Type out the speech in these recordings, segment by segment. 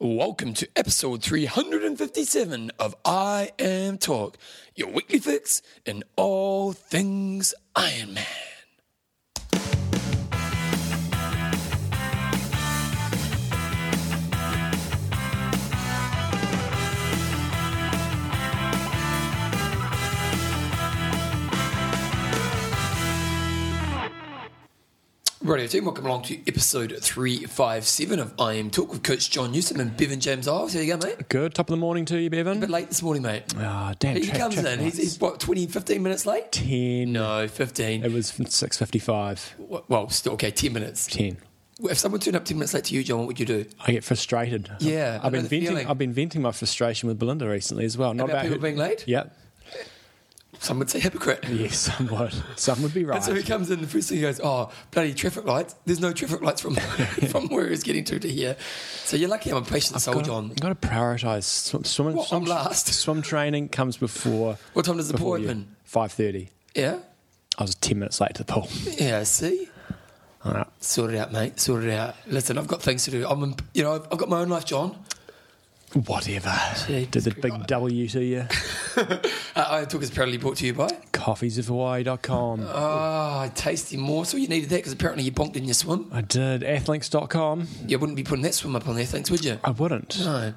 Welcome to episode 357 of I Am Talk, your weekly fix in all things Iron Man. Radio team, welcome along to episode 357 of I Am Talk with Coach John Newsom and Bevan James Ives. How you go, mate? Good. Top of the morning to you, A Bevan. bit late this morning, mate. Ah, damn. He check- comes check in, he's, lights. he's what, 20, 15 minutes late? ten. No, 15. It was six fifty-five. Well, still, okay, 10 minutes. Ten. If someone turned up 10 minutes late to you, John, what would you do? I get frustrated. Yeah, I I've know been the venting. feeling. I've been venting my frustration with Belinda recently as well. Not About, people who- being late? Yeah. Some would say hypocrite. Yes, somewhat. Some would be right. And so he comes in, the first thing he goes, Oh, bloody traffic lights. There's no traffic lights from from where he's getting to to here. So you're lucky I'm a patient soul, Gotta- John. Gotta prioritise swim, swimming. Well, I'm swim, last. Swim training comes before. What time does the pool before you. open? Five thirty. Yeah? I was ten minutes late to the pool. Yeah, see? All right. Sort it out, mate. Sort it out. Listen, I've got things to do. I'm, in- you know, I've, I've got my own life, John. Whatever. Gee, Did the pretty big right. W to you? Uh, I talk is proudly brought to you by. Coffeesofhawaii.com. Ah, tasty morsel. You needed that because apparently you bonked in your swim. I did. Athlinks.com. You wouldn't be putting that swim up on there, thanks, would you? I wouldn't. No.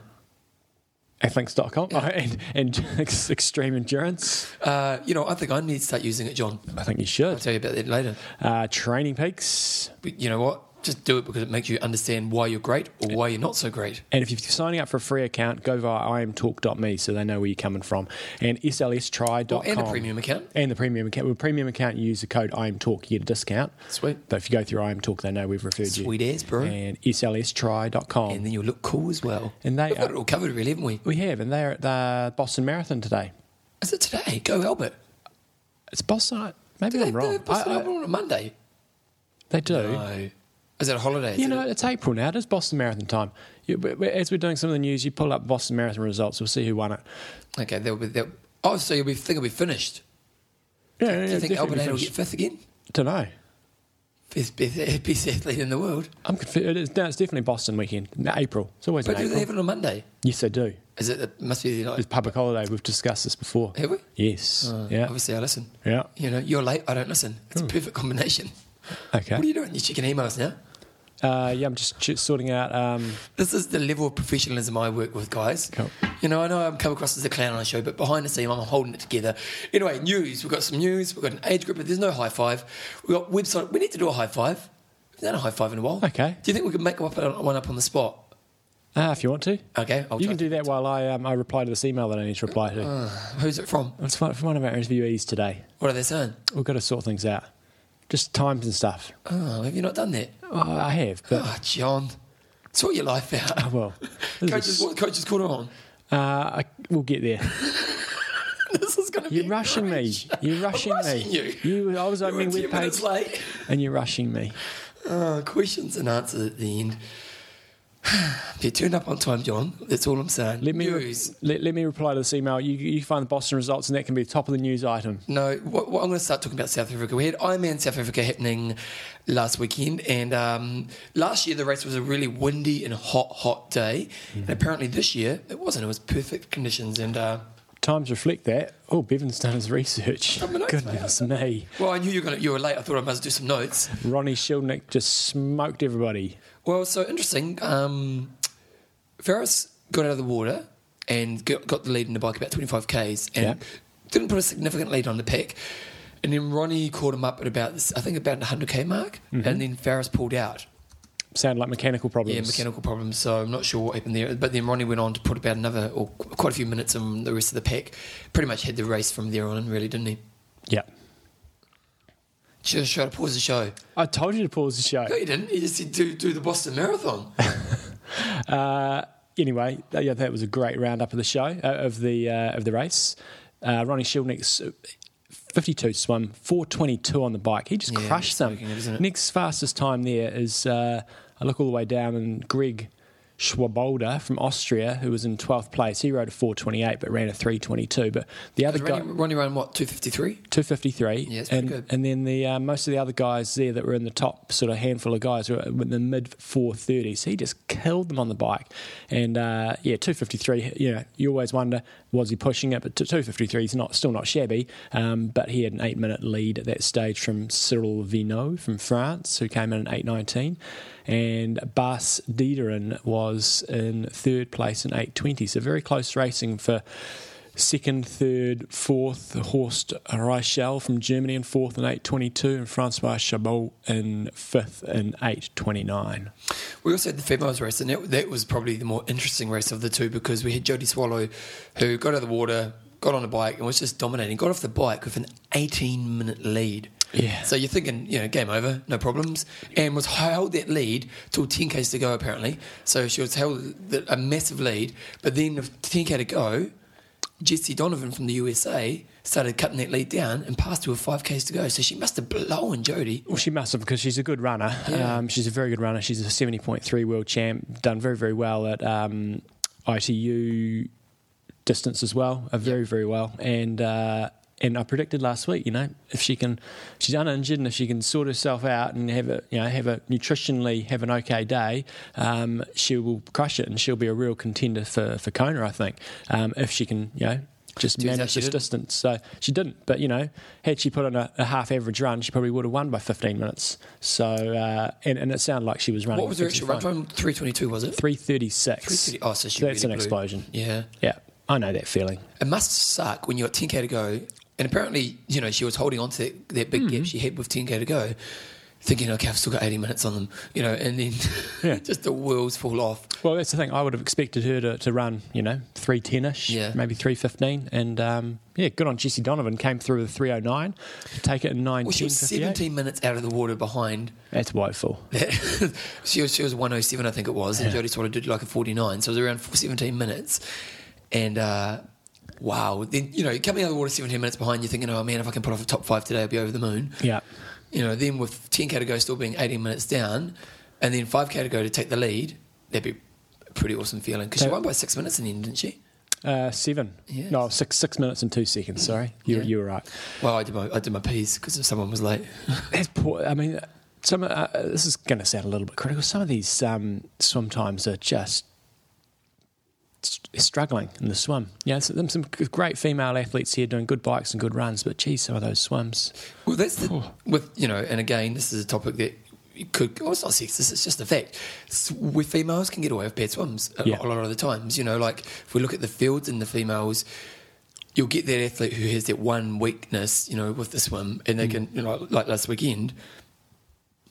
Athlinks.com oh, and, and ex- extreme endurance. Uh, you know, I think I need to start using it, John. I think you I'll should. tell you about that later. Uh, training peaks. But you know what? Just do it because it makes you understand why you're great or why you're not so great. And if you're signing up for a free account, go via imtalk.me so they know where you're coming from. And slstry.com. Well, and a premium account. And the premium account. With premium account, you use the code imtalk, you get a discount. Sweet. But if you go through imtalk, they know we've referred Sweet you. ass, bro. And slstry.com. And then you'll look cool as well. And they We've got are- it all covered, really, haven't we? we have, and they're at the Boston Marathon today. Is it today? Go Albert. It's Boston. Maybe Do they- I'm they wrong. post it I- I- on a Monday. they do. No. Is it a holiday? Is You it- know, it's April now. It is Boston Marathon time. You, but- but as we're doing some of the news, you pull up Boston Marathon results. We'll see who won it. Okay, they'll be. They'll, oh, so you'll be think it'll be finished. Yeah, yeah, Do you think definitely Albert will finished. get fifth again? Don't know. Fifth best, best athlete in the world. I'm confused. It is, no, it's definitely Boston weekend. No, April. It's always in But do they April. have it on a Monday? yes, they do. Is it? it must be. Like, It's public holiday. We've discussed this before. have we? Oh, Yes. yeah. Obviously, I listen. Yeah. You know, you're late. I don't listen. It's a perfect combination. What are Okay. you doing? You're checking emails now. Uh, yeah, I'm just ch- sorting out. Um, This is the level of professionalism I work with, guys. Cool. You know, I know I'm come across as a clown on a show, but behind the scene, I'm holding it together. Anyway, news. We've got some news. We've got an age group, but there's no high five. We've got website. We need to do a high five. We've done a high five in a while. Okay. Do you think we could make up one up on the spot? ah, if you want to, Okay, I'll you try. Uh, can do that while I um, I reply to this email that I need to reply to. Who's it from? it's one, from one of our interviewees today. What are they saying? We've got to sort things out, just times and stuff. Oh, have you not done that? Oh, I have, but Oh, John. Sort your life out. Ah, well, this Coach is, is- what coach is called on. uh, I, we'll get there. This is going to be. You're rushing me. great. You're rushing, rushing me. you. I was You're opening ten web minutes page, late. and you're rushing me. Uh, questions and answers at the end. if you turned up on time, John, that's all I'm saying. Let me re- News. let, let me reply to this email. You you find the Boston results, and that can be the top of the news item. No, what, what I'm going to start talking about South Africa. We had Ironman South Africa happening last weekend, and um, last year the race was a really windy and hot, hot day. Mm. And apparently this year it wasn't. It was perfect conditions, and uh, Times reflect that. Oh, Bevan's done his research. I'm a nice Goodness me, well, I knew you were going to, you were late. I thought I must do some notes. Ronnie Shilnick just smoked everybody. Well, so interesting. Um, Ferris got out of the water and got, got the lead in the bike about 25 Ks and Yeah. didn't put a significant lead on the pack. And then Ronnie caught him up at about, this, I think, about 100K mark. And then Ferris pulled out. Sound like mechanical problems. Yeah, mechanical problems. So I'm not sure what happened there. But then Ronnie went on to put about another, or qu- quite a few minutes on the rest of the pack. Pretty much had the race from there on, really, didn't he? Yeah, Just try to pause the show. I told you to pause the show. No, he didn't. He just said, do, do the Boston Marathon. Uh, anyway, th- yeah, that was a great roundup of the show uh, of the uh, of the race. Uh, Ronnie Shilnick's uh, 52 swim, 422 on the bike. He just Yeah, crushed them. smoking it, isn't it? Next fastest time there is uh, I look all the way down and Greg Schwabolder from Austria, who was in 12th place. He rode a 428 but ran a 322. But the other guy. Ronnie, Ronnie ran what, 253? 253. Yeah, it's pretty and, good. and then the uh, most of the other guys there that were in the top sort of handful of guys were in the mid 430s. He just killed them on the bike. And uh, yeah, 253, you know, you always wonder, was he pushing it? But t- 253 is not, still not shabby. Um, but he had an eight minute lead at that stage from Cyril Vinot from France, who came in at 819. And Bas Diederin was in third place in 820. So very close racing for second, third, fourth, Horst Reichel from Germany in fourth and 822, and Francois Chabot in fifth and 829. We also had the females race, and that, that was probably the more interesting race of the two because we had Jodie Swallow, who got out of the water, got on a bike, and was just dominating. Got off the bike with an 18 minute lead. Yeah. So you're thinking, you know, game over, no problems, and was held that lead till 10k's to go apparently. So she was held the, a massive lead, but then with 10k to go, Jesse Donovan from the USA started cutting that lead down and passed her with 5k's to go. So she must have blown Jodie. Well, she must have because she's a good runner. Yeah. Um, she's a very good runner. She's a 70.3 world champ, done very, very well at um, ITU distance as well, uh, very, very well. And uh, and I predicted last week, you know, if she can, she's uninjured, and if she can sort herself out and have a, you know, have a nutritionally have an okay day, um, she will crush it, and she'll be a real contender for for Kona, I think, um, if she can, you know. Just Turns out manage she this didn't. distance. So she didn't. But, you know, had she put on a, a half average run, she probably would have won by 15 minutes. So, uh, and, and it sounded like she was running. What was her actual run time? 55. 322, was it? 336. 330. Oh, so she that's really an blew. explosion. Yeah. Yeah. I know that feeling. It must suck when you're at 10k to go, and apparently, you know, she was holding on to that, that big Mm-hmm. gap she had with 10k to go, thinking, okay, I've still got 80 minutes on them, you know, and then Yeah. just the wheels fall off. Well, that's the thing. I would have expected her to, to run, you know, 310 ish, Yeah. maybe 315. And um, yeah, good on Jesse Donovan. Came through with a 309, take it in 9 Well, she was 17 minutes out of the water behind. That's woeful. she was she was 107, I think it was, and Jodie Swallow did like a 49, so it was around 17 minutes. And uh, wow, then, you know, coming out of the water 17 minutes behind, you're thinking, oh man, if I can put off a top five today, I'll be over the moon. Yeah. you know, then with 10k to go still being 18 minutes down, and then 5k to go to take the lead, that'd be a pretty awesome feeling. Because she That- won by six minutes in the end, didn't she? Uh, seven. Yes. No, six six minutes and two seconds. Sorry. You, Yeah. you were right. Well, I did my, I did my piece because someone was late. That's poor. I mean, some. Uh, this is going to sound a little bit critical. Some of these um, swim times are just st- struggling in the swim. Yeah, some, some great female athletes here doing good bikes and good runs, but geez, some of those swims. Well, that's the, with, you know, and again, this is a topic that you could, well, it's not sexist, it's just a fact. S- We females can get away with bad swims a, Yeah. a lot of the times. You know, like if we look at the fields and the females, you'll get that athlete who has that one weakness, you know, with the swim, and Mm. they can, you know, like last weekend,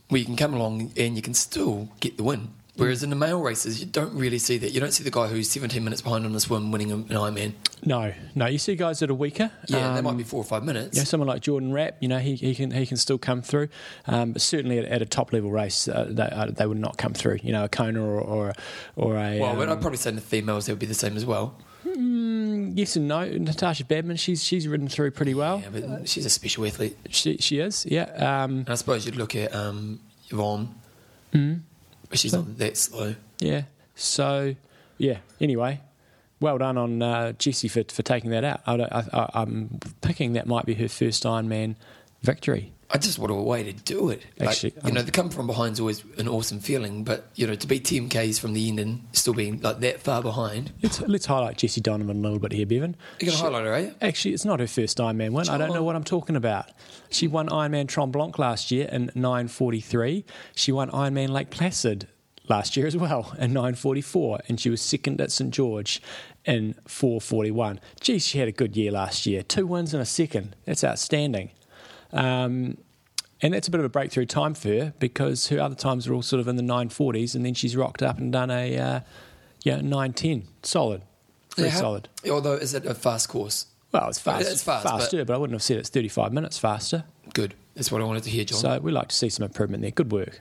where you can come along and you can still get the Mm. win. Whereas in the male races, you don't really see that. You don't see the guy who's 17 minutes behind on the swim winning an Ironman. No, no. You see guys that are weaker. Yeah, that um, might be four or five minutes. You know, someone like Jordan Rapp, you know, he, he can he can still come through, um, but certainly at, at a top level race, uh, they, uh, they would not come through. You know, a Kona or or, or a Well, um, I'd probably say in the females, it would be the same as well. yes and no. Natasha Badman, she's she's ridden through pretty well. Yeah, but she's a special athlete. She she is, yeah. Um, And I suppose you'd look at um, Yvonne, Hmm? but she's not that slow. Yeah. So, yeah. Anyway, well done on uh, Jessie for for taking that out. I don't, I, I, I'm thinking that might be her first Ironman victory. I just what a way to do it. Actually, like, you know, the come from behind's always an awesome feeling, but you know, to be team K's from the end and still being like that far behind, Let's let's highlight Jessie Donovan a little bit here, Bevan. you're gonna highlight her, are you? Actually, it's not her first Ironman win. I don't know Sure. what I'm talking about. She won Ironman Tront Blanc last year in 9:43. She won Ironman Lake Placid last year as well in 9:44, and she was second at St George in 4:41. Geez, she had a good year last year. Two wins and a second. That's outstanding. Um, and that's a bit of a breakthrough time for her because her other times were all sort of in the 940s, and then she's rocked up and done a uh, yeah 910 solid, very Yeah, how- solid. Although, is it a fast course? Well, it's fast. It's fast, but- faster, but, I wouldn't have said it's 35 minutes faster. Good. That's what I wanted to hear, John. So we like to see some improvement there. Good work.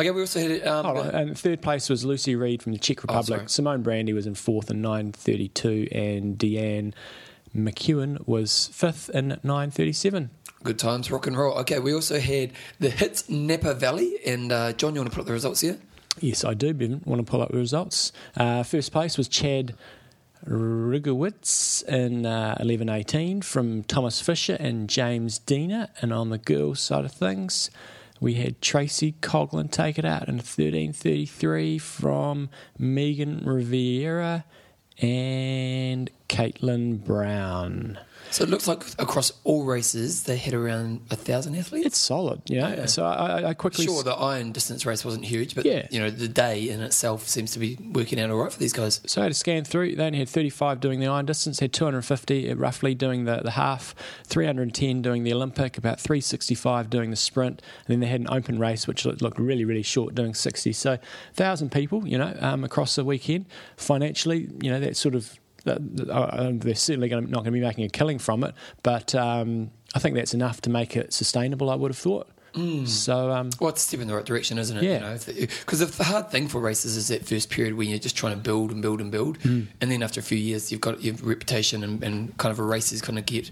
okay, we also had um, All right, And third place was Lucy Reed from the Czech Republic. sorry. Simone Brandy was in fourth in 9:32, and Deanne McEwen was fifth in 9:37. good times, rock and roll. Okay, we also had the hits Napa Valley, and uh, John, you want to put up the results here? Yes, I do, Bevan. Want to pull up the results? Uh, first place was Chad Rigowitz in uh, 11.18 from Thomas Fisher and James Dina. And on the girls' side of things, we had Tracy Coughlin take it out in 13.33 from Megan Riviera and Caitlin Brown. So it looks like across all races, they had around a thousand athletes. It's solid, you know. Yeah. So I, I- I quickly... Sure, the iron distance race wasn't huge, but Yeah. you know the day in itself seems to be working out all right for these guys. So I had to scan through. They only had 35 doing the iron distance, had 250 at roughly doing the, the half, 310 doing the Olympic, about 365 doing the sprint. And then they had an open race, which looked, looked really, really short, doing 60. So 1,000 people, you know, um, across the weekend. Financially, you know, that sort of. that- that- uh, They're certainly gonna, not going to be making a killing from it, but um, I think that's enough to make it sustainable, I would have thought. So, um, Well, it's a step in the right direction, isn't it? Yeah. Because the hard thing for races is that first period when you're just trying to build and build and build, Hmm. and then after a few years, you've got your reputation and, and kind of a race is kind of get,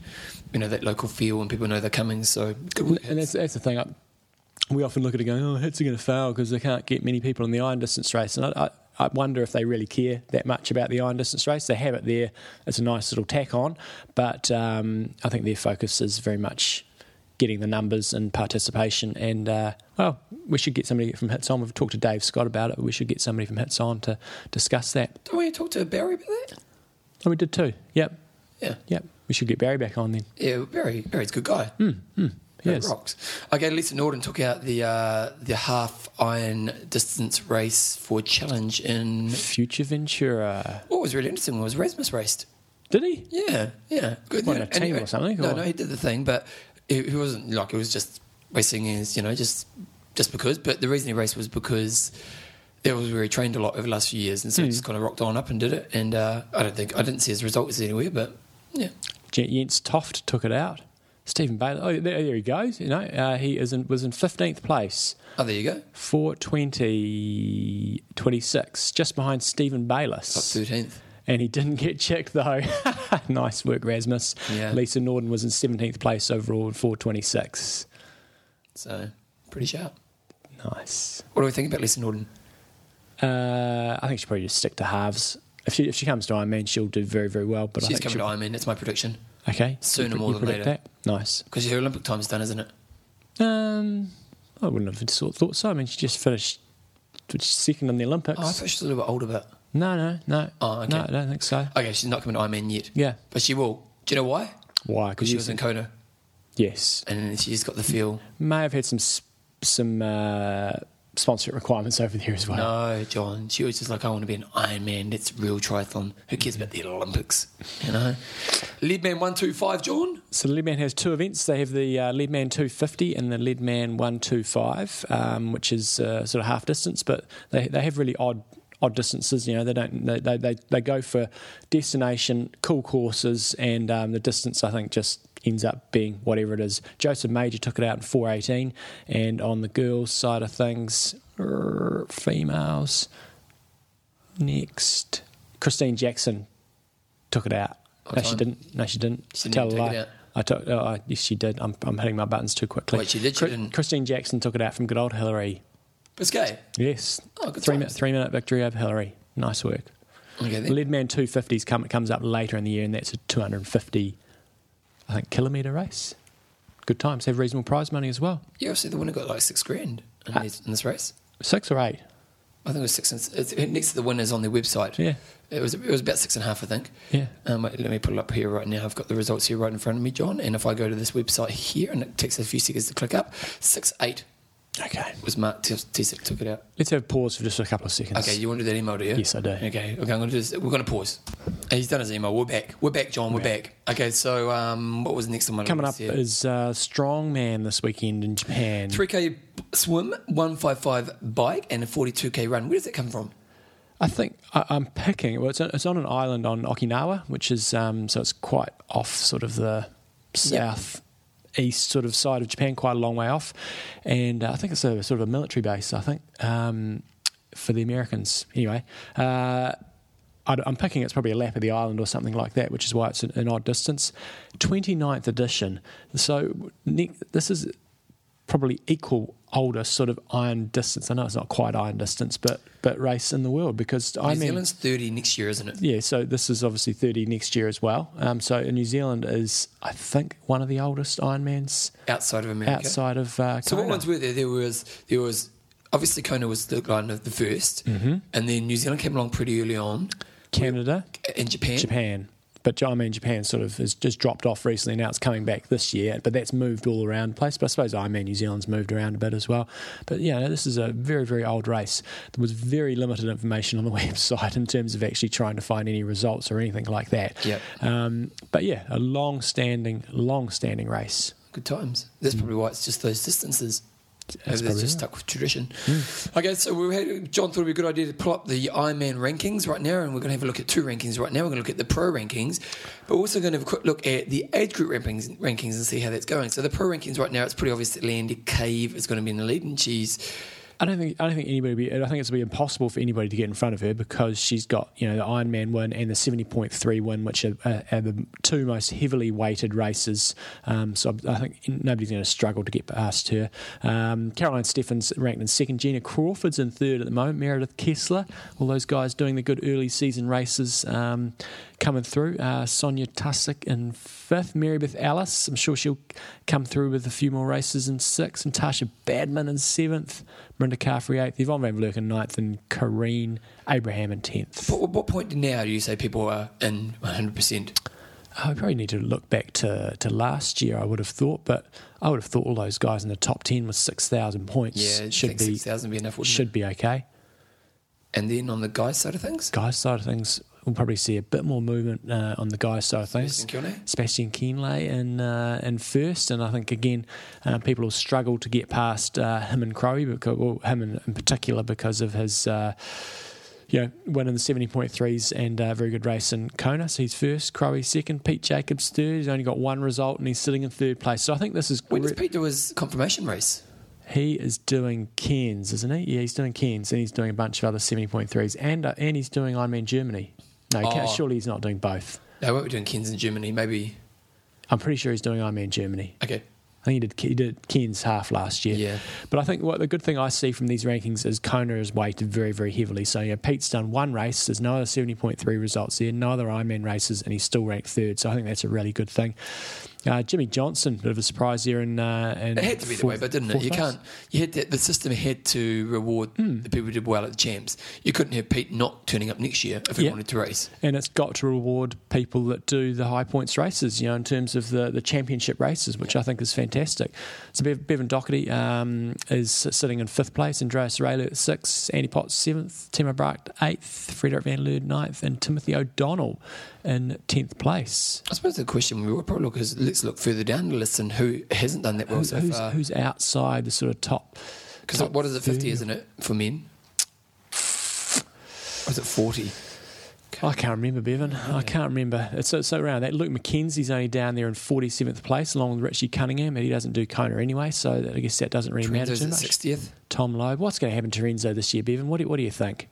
you know, that local feel and people know they're coming. So good work. and that's, that's the thing. I, we often look at it going, oh, Hits are going to fail because they can't get many people in the iron distance race. And I, I, I wonder if they really care that much about the iron distance race. They have it there. It's a nice little tack on. But um, I think their focus is very much getting the numbers and participation. And, uh, well, we should get somebody from Hits on. We've talked to Dave Scott about it. But we should get somebody from Hits on to discuss that. Don't we Oh, talk to Barry about that? And we did too. Yep. Yeah. Yep. We should get Barry back on then. Yeah, Barry. Barry's a good guy. Hmm, Yes. That rocks. Okay, Lisa Norden took out the uh, the half iron distance race for challenge in. Future Ventura. What was really interesting was Rasmus raced. Did he? Yeah, yeah. Good. What, yeah. a team or something, No, or- no, he did the thing, but he, he wasn't like it was just racing is you know just just because. But the reason he raced was because that was where he trained a lot over the last few years, and so he Hmm. just kind of rocked on up and did it. And uh, I don't think I didn't see his results anywhere, but yeah, J- Jens Toft took it out. Stephen Bailey, oh, there, there he goes. You know, uh, he is in, was in 15th place, oh there you go, 420, 26, just behind Stephen top Bayless. thirteenth. And he didn't get checked, though. nice work, Rasmus. Yeah. Lisa Norden was in 17th place overall at 426. So pretty sharp. Nice. What do we think about Lisa Norden? Uh, I think she probably just stick to halves. If she, if she comes to Ironman, she'll do very, very well. But I She's think coming to Ironman. That's my prediction she'll, Okay. sooner You pre- more you than predict later. that? Nice. because her Olympic time's done, isn't it? Um, I wouldn't have sort of thought so. I mean, she just finished second in the Olympics. Oh, I thought she was a little bit older, but no, no, no. Oh, okay. No, I don't think so. okay, she's not coming to Ironman yet. Yeah. but she will. Do you know why? Why? Because she was in Kona, Yes. and then she's got the feel. May have had some s- some uh, sponsorship requirements over there as well. No, John. She was just like, I want to be an Iron Man. It's real triathlon. Who cares about the Olympics? You know? Leadman 125, John. So the Leadman has two events. They have the uh, Leadman 250 and the Leadman 125, um, which is uh, sort of half distance, but they, they have really odd odd distances. You know, they don't they, they, they, they go for destination, cool courses, and um, the distance I think just ends up being whatever it is. Joseph Major took it out in 418, and on the girls' side of things, er, females next, Christine Jackson took it out. What no, she time? didn't. No, she didn't. She Tell didn't a take it lie. out. I took. Oh, I, yes, she did. I'm, I'm hitting my buttons too quickly. Wait, she did, she Chri- didn't? Christine Jackson took it out from good old Hillary. Biscay. Yes. Oh, good three minute times. three minute victory over Hillary. Nice work. Okay, then. Leadman 250s come comes up later in the year, and that's a 250, I think, kilometre race. Good times. Have reasonable prize money as well. Yeah, obviously the winner got like six grand in, Ah. this, in this race. Six or eight. I think it was six. And, it's, it- next to the winners on their website. Yeah. It was, it was about six and a half, I think. Yeah. Um, wait, let me put it up here right now. I've got the results here right in front of me, John. And if I go to this website here, and it takes a few seconds to click up, six eight Okay. was Mark Tes- Tesic took it out. Let's have pause for just a couple of seconds. Okay, you want to do that email, do you? Yes, I do. Okay, okay, I'm going to do this. We're going to pause. Uh, He's done his email. We're back. We're back, John. We're back. Okay, so um, what was next on my Coming up list? here? is uh, Strongman this weekend in Japan. 3K swim, 155 bike, and a 42K run. Where does that come from? I think I, I'm picking. Well, it's, on- it's on an island on Okinawa, which is um, so it's quite off sort of the south east sort of side of Japan, quite a long way off. And uh, I think it's a sort of a military base. I think um, for the Americans, anyway. Uh, I d- I'm picking it's probably a lap of the island or something like that, which is why it's an, an odd distance. 29th edition. So ne- this is probably equal oldest sort of iron distance. I know it's not quite iron distance, but but race in the world because New I mean, Zealand's 30 next year, isn't it? yeah. So this is obviously thirty next year as well. Um, so New Zealand is, I think, one of the oldest Ironmans Outside of America. outside of uh, So what Kona. ones were there? There was there was obviously Kona was the line of the 1st mm-hmm. and then New Zealand came along pretty early on, Canada, and Japan. Japan. But I mean, Japan sort of has just dropped off recently. Now it's coming back this year, but that's moved all around the place. But I suppose I mean New Zealand's moved around a bit as well. But yeah, this is a very, very old race. There was very limited information on the website in terms of actually trying to find any results or anything like that. Yep. Um, but yeah, a long-standing, long-standing race. Good times. That's probably why it's just those distances. Maybe Mm. That's That's probably Mm. just it. stuck with tradition. Okay, so we had, John thought it would be a good idea to pull up the Ironman rankings right now, and we're going to have a look at two rankings right now. We're going to look at the pro rankings, but we're also going to have a quick look at the age group rankings, rankings and see how that's going. So the pro rankings right now, it's pretty obvious that Landy Cave is going to be in the lead, and she's I don't think I don't think anybody. Be, I think it's be impossible for anybody to get in front of her because she's got you know the Ironman win and the seventy point three win, which are, are, are the two most heavily weighted races. Um, so I think nobody's going to struggle to get past her. Um, Caroline Steffens ranked in second. Gina Crawford's in third at the moment. Meredith Kessler, all those guys doing the good early season races um, coming through. Uh, Sonia Tussick in fifth. Marybeth Alice, I'm sure she'll come through with a few more races in sixth. And Tasha Badman in seventh. Miranda Carfrey eighth. Yvonne Van Vleuten ninth. And Kareen Abraham in tenth. what, what point now do you say people are in 100%? I probably need to look back to, to last year, I would have thought, but I would have thought all those guys in the top 10 with 6,000 points Yeah, should, be, 6,000 would be enough, wouldn't should be okay. it? And then on the guy side of things, Guys' side of things, we'll probably see a bit more movement uh, on the guys' side of things. Sebastian Kione? Sebastian Keenley in, uh, in first, and I think again uh, people will struggle to get past uh, him and Crowe, because well, him in, in particular because of his. Uh, you know, win in the seventy point threes and uh, very good race in Kona. So he's first, Crowe second, Pete Jacobs third. He's only got one result and he's sitting in third place. So I think this is when does Pete do his confirmation race? he is doing Cairns, isn't he? Yeah, he's doing Cairns, and he's doing a bunch of other seventy point threes, and uh, and he's doing Ironman Germany. No, Oh. ca- surely he's not doing both. No, won't be doing Cairns in Germany, maybe. I'm pretty sure he's doing Ironman Germany. Okay. I think he did, he did Cairns half last year. Yeah. But I think what the good thing I see from these rankings is Kona is weighted very, very heavily. So, you know, Pete's done one race. There's no other 70.3 results there, no other Ironman races, and he's still ranked third. So I think that's a really good thing. Uh, Jimmy Johnson, bit of a surprise here. In, uh, in It had to be the way, fourth- but didn't it? fourth You place. can't. You had to, the system had to reward Hmm. the people who did well at the champs. You couldn't have Pete not turning up next year if he Yeah. wanted to race. and it's got to reward people that do the high points races, you know, in terms of the, the championship races, which I think is fantastic. So Bev, Bevan Doherty um, is sitting in fifth place, Andreas Raylor at sixth, Andy Potts seventh, Timo Bracht eighth, Frederick Van Leerd ninth, and Timothy O'Donnell in tenth place. I suppose the question we would probably look is let's look further down the list and who hasn't done that well Who's, so who's, far. who's outside the sort of top? Because what is it, fifty, isn't it, for men? Or is it forty? I can't remember, Bevan. I can't remember. It's, it's around that. Luke McKenzie's only down there in 47th place, along with Richie Cunningham, and he doesn't do Kona anyway, so that- I guess that doesn't really matter Renzo's too at much. sixtieth. Tom Loeb. What's going to happen to Renzo this year, Bevan? What do, what do you think?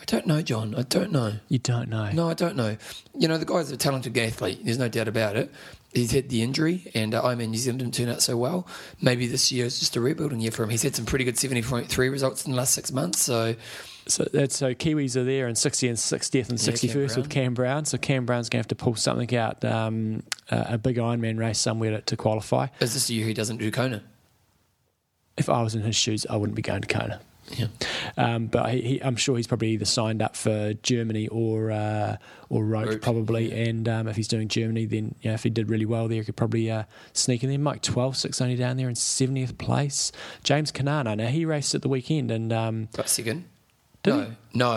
I don't know, John. I don't know. You don't know. No, I don't know. You know, the guy's a talented athlete. There's no doubt about it. He's had the injury, and uh, I mean, New Zealand didn't turn out so well. Maybe this year is just a rebuilding year for him. He's had some pretty good 70.3 results in the last six months. So, So that's so Kiwis are there in 60 and 60th and 61st with Cam Brown. So Cam Brown's going to have to pull something out, um, a, a big Ironman race somewhere to, to qualify. is this the year he doesn't do Kona? If I was in his shoes, I wouldn't be going to Kona. Yeah. Um, but he, he, I'm sure he's probably either signed up for Germany or uh, or Rote, Rote, probably. And um, if he's doing Germany, then you know, if he did really well there, he could probably uh, sneak in there. Mike 126 only down there in 70th place. James Kanana, now he raced at the weekend, and um, Right, second. Did no,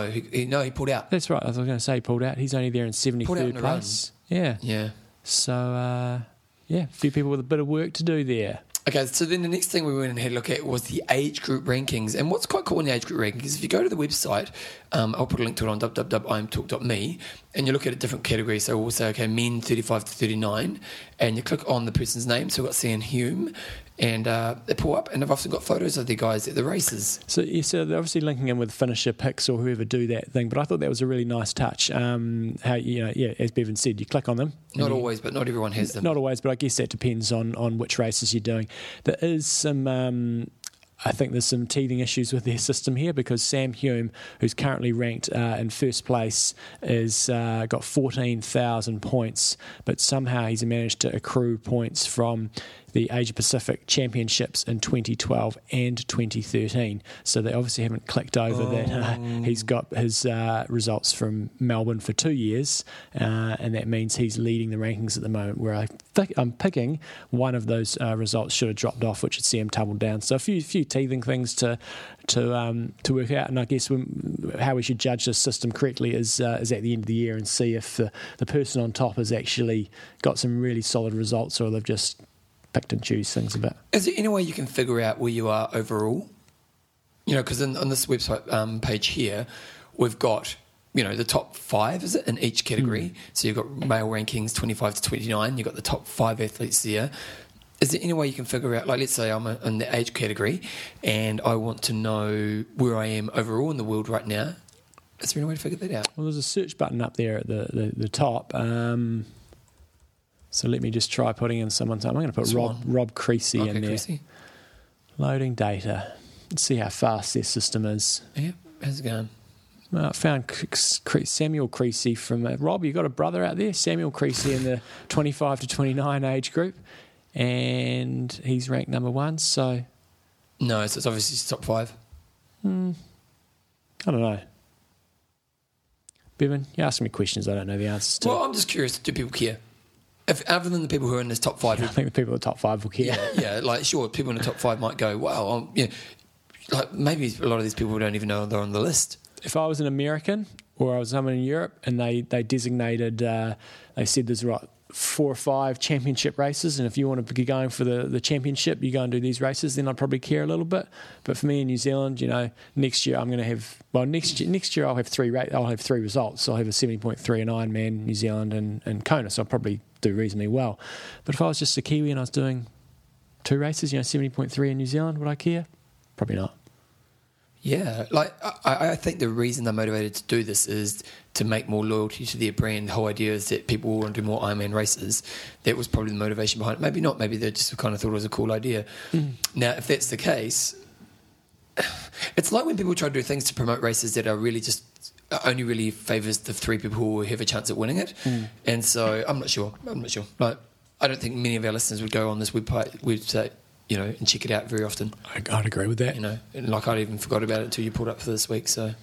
no, he, he, no, he pulled out. that's right. I was going to say he pulled out. He's only there in 73rd Pulled out in a run. place. Yeah. Yeah. So uh, yeah, a few people with a bit of work to do there. Okay, so then the next thing we went and had a look at was the age group rankings. And what's quite cool in the age group rankings, is if you go to the website, um, I'll put a link to it on www.imtalk.me, and you look at a different category. So we'll say, okay, men 35 to 39, and you click on the person's name. So we've got Sam Hume, and uh, they pull up, and I've often got photos of the guys at the races. So, yeah, so they're obviously linking in with finisher picks or whoever do that thing, but I thought that was a really nice touch. Um, how you know, yeah, as Bevan said, you click on them. and Not you- always, but not everyone has them. Not always, but I guess that depends on, on which races you're doing. There is some. Um, I think there's some teething issues with their system here because Sam Hume, who's currently ranked uh, in first place, is uh, got 14,000 points, but somehow he's managed to accrue points from the Asia Pacific Championships in 2012 and 2013. So they obviously haven't clicked over that uh, he's got his uh, results from Melbourne for two years, uh, and that means he's leading the rankings at the moment. Where I think I'm picking one of those uh, results should have dropped off, which would see him tumble down. So a few few teething things to to um, to work out, and I guess when, how we should judge this system correctly is uh, is at the end of the year and see if the, the person on top has actually got some really solid results, or they've just picked and choose things a bit. Is there any way you can figure out where you are overall? You know, because on this website um, page here, we've got you know the top five is it in each category. So you've got male rankings twenty five to twenty nine. You've got the top five athletes there. Is there any way you can figure out? Like, let's say I'm uh, in the age category, and I want to know where I am overall in the world right now. Is there any way to figure that out? Well, there's a search button up there at the, the, the top. Um, so let me just try putting in someone's name. I'm going to put Rob, Swan. Rob Creasy Okay, in there. Chrissy. Loading data. Let's see how fast their system is. Yeah, how's it going? Well, I found C- C- Samuel Creasy from uh, Rob. You got a brother out there, Samuel Creasy in the 25 to 29 age group, and he's ranked number one. So No, so it's obviously just top five. I don't know. Bevan, you're asking me questions I don't know the answers to. Well, I'm just curious. Do people care? If other than the people who are in this top five, I think the people at the top five will care. yeah, yeah, like sure, people in the top five might go, "Wow, I'm, yeah." Like maybe a lot of these people don't even know they're on the list. if I was an American or I was someone in Europe and they, they designated, uh, they said there's right four or five championship races, and if you want to be going for the, the championship, you go and do these races, then I'd probably care a little bit. But for me in New Zealand, you know, next year I'm going to have well next year next year I'll have three ra- I'll have three results. So I'll have a seventy point three and Ironman New Zealand and and Kona, so I'll probably do reasonably well. But if I was just a Kiwi and I was doing two races, you know, seventy point three in New Zealand, would I care? Probably not. Yeah, like I, I think the reason they're motivated to do this is to make more loyalty to their brand. The whole idea is that people will want to do more Ironman races. That was probably the motivation behind it. Maybe not. Maybe they just kind of thought it was a cool idea. Now, if that's the case, it's like when people try to do things to promote races that are really just uh, only really favours the three people who have a chance at winning it. And so I'm not sure. I'm not sure. Like I don't think many of our listeners would go on this website, website you know, and check it out very often I, I'd agree with that. you know, and like I'd even forgot about it until you pulled up for this week. So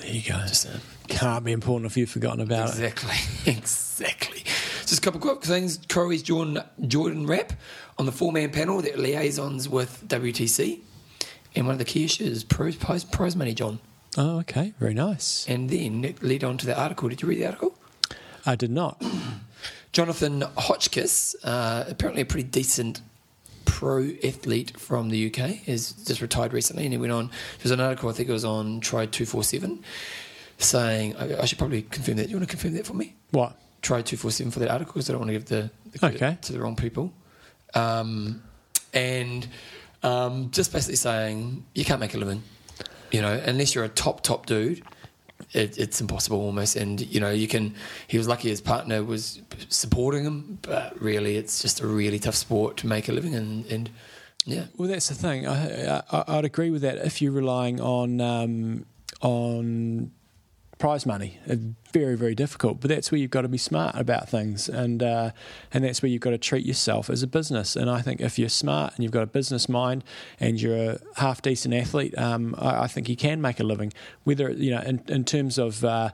There you go. just, uh, Can't be important if you've forgotten about it. exactly, exactly. Just a couple of quick things. Corey's Jordan Jordan Rapp on the four man panel that liaisons with WTC, and one of the key issues is prize, prize, prize money, John. Oh, okay. Very nice. And then Nick led on to the article. Did you read the article? I did not. Jonathan Hotchkiss, uh, apparently a pretty decent pro athlete from the UK, is just retired recently, and he went on. There's an article I think it was on Try Two Four Seven, saying I, I should probably confirm that. You want to confirm that for me? What? Try Two Four Seven for that article because I don't want to give the, the credit Okay. to the wrong people. Um, and um, just basically saying you can't make a living, you know, unless you're a top top dude. It, it's impossible almost, and you know you can. He was lucky his partner was supporting him, but really it's just a really tough sport to make a living, and, and yeah, Well, that's the thing. I, I, I'd agree with that if you're relying on um, on prize money. It's very, very difficult. But that's where you've got to be smart about things, and uh, and that's where you've got to treat yourself as a business. And I think if you're smart and you've got a business mind and you're a half decent athlete, um, I, I think you can make a living. Whether you know, in, in terms of uh,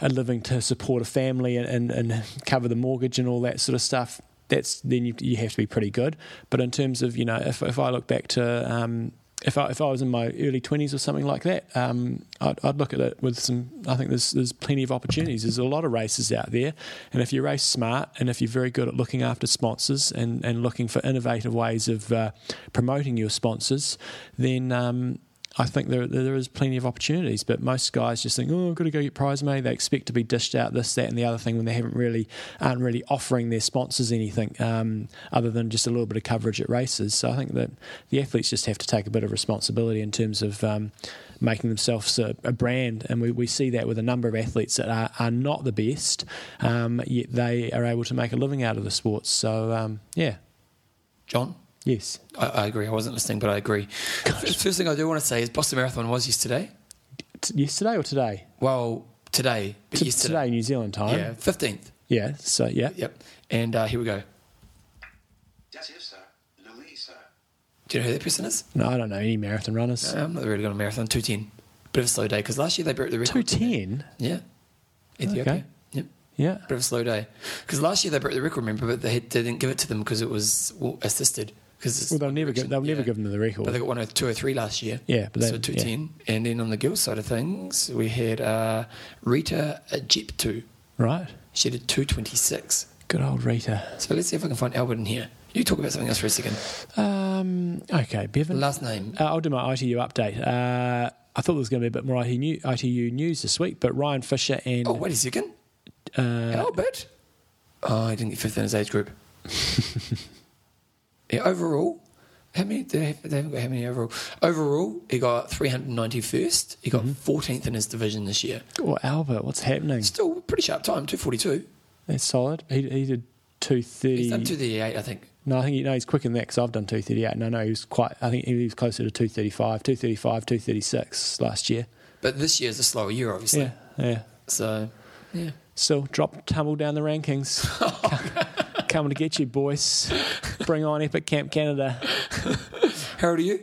a living to support a family and, and, and cover the mortgage and all that sort of stuff. That's then you, you have to be pretty good. But in terms of you know, if if I look back to um, if I, if I was in my early 20s or something like that, um, I'd, I'd look at it with some. I think there's, there's plenty of opportunities. There's a lot of races out there. And if you race smart and if you're very good at looking after sponsors and, and looking for innovative ways of uh, promoting your sponsors, then um, I think there, there is plenty of opportunities. But most guys just think, oh, I've got to go get prize money. They expect to be dished out this, that, and the other thing when they haven't really aren't really offering their sponsors anything um, other than just a little bit of coverage at races. So I think that the athletes just have to take a bit of responsibility in terms of um, making themselves a, a brand. And we, we see that with a number of athletes that are, are not the best, um, yet they are able to make a living out of the sports. So, um, yeah. John, Yes. I, I agree. I wasn't listening, but I agree. First, first thing I do want to say is Boston Marathon was yesterday. T- yesterday or today? Well, today, but T- yesterday. Today, New Zealand time. Yeah, 15th. Yeah, So yeah. Yep. And uh, here we go. Jessica, Louisa, Do you know who that person is? Uh, No, I don't know any marathon runners. I'm not really good on marathon. 210. Bit of a slow day because last year they broke the record. Two ten. Yeah. Ethiopia. Okay. Yep. Yeah. Bit of a slow day. Because last year they broke the record, remember, but they didn't give it to them because it was well, assisted. Cause Well, they'll never give they'll never give them the record. But they got one oh two or three last year. Yeah, but they- so two ten, and then on the girls' side of things, we had uh, Rita Ajeptu. right. She did two twenty six. Good old Rita. So let's see if I can find Albert in here. You talk about something else for a second. Um, okay, Bevan. Last name. Uh, I'll do my ITU update. Uh, I thought there was going to be a bit more ITU, new- ITU news this week, but Ryan Fisher and Oh, wait a second. uh, Albert. Oh, I didn't get fifth in his age group. yeah, overall, how many? They have- they haven't got how many overall. Overall, he got 391st. He got 14th in his division this year. oh, Albert, what's happening? Still pretty sharp time, 242. That's solid. He, he did He's done 230. 238, I think. No, I think he, no, he's quicker than that because I've done 238. And I know he was quite, I think he was closer to 235, 235, 236 last year. But this year's a slower year, obviously. Yeah, yeah. So, yeah. Still drop, tumble down the rankings. Coming to get you, boys. Bring on Epic Camp Canada. How old are you?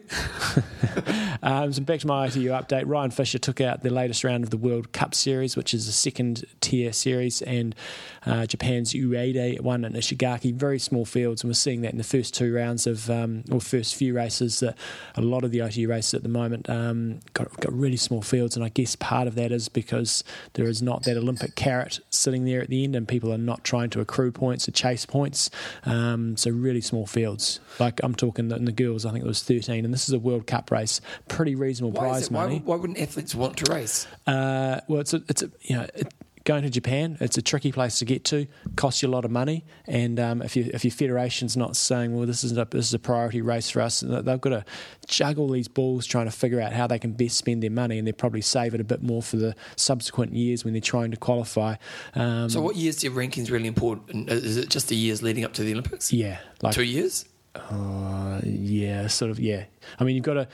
Um, so back to my ITU update. Ryan Fisher took out the latest round of the World Cup Series, which is a second tier series, and uh, Japan's Ueda won at Ishigaki. Very small fields, and we're seeing that in the first two rounds of, um, or first few races, that a lot of the ITU races at the moment um, got, got really small fields. And I guess part of that is because there is not that Olympic carrot sitting there at the end, and people are not trying to accrue points or chase points. Um, so really small fields. Like I'm talking in the girls, I think it was 13, and this is a World Cup race. Pretty reasonable Why, prize is it, why, money. why wouldn't athletes want to race? Uh, well, it's a, it's a, you know. It, Going to Japan, it's a tricky place to get to. Costs you a lot of money, and um, if you, if your federation's not saying, "Well, this is a this is a priority race for us," and they've got to juggle these balls trying to figure out how they can best spend their money, and they probably save it a bit more for the subsequent years when they're trying to qualify. Um, So, what years do rankings really important? Is it just the years leading up to the Olympics? yeah, like Two years? Uh, yeah, sort of. Yeah, I mean, you've got to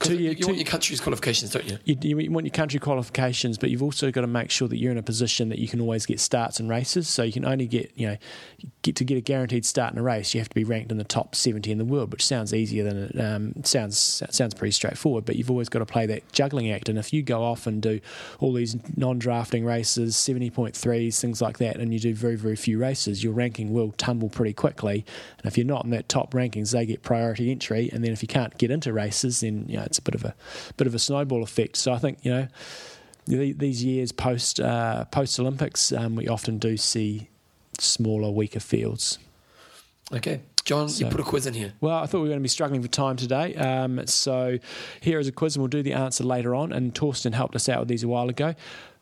two you, year. you Two, want your country's qualifications, don't you? you, you want your country qualifications, but you've also got to make sure that you're in a position that you can always get starts in races. So you can only get you know get to get a guaranteed start in a race. You have to be ranked in the top seventy in the world, which sounds easier than it um, sounds. Sounds pretty straightforward, but you've always got to play that juggling act. And if you go off and do all these non-drafting races, seventy point threes, things like that, and you do very very few races, your ranking will tumble pretty quickly. And if you're not in that top rankings, they get priority entry. And then if you can't get into races, then you know, it's a bit of a bit of a snowball effect. So I think you know the- these years post uh, post Olympics, um, we often do see smaller, weaker fields. Okay. John, you put a quiz in here. Well, I thought we were going to be struggling for time today. Um, so here is a quiz, and we'll do the answer later on. And Torsten helped us out with these a while ago.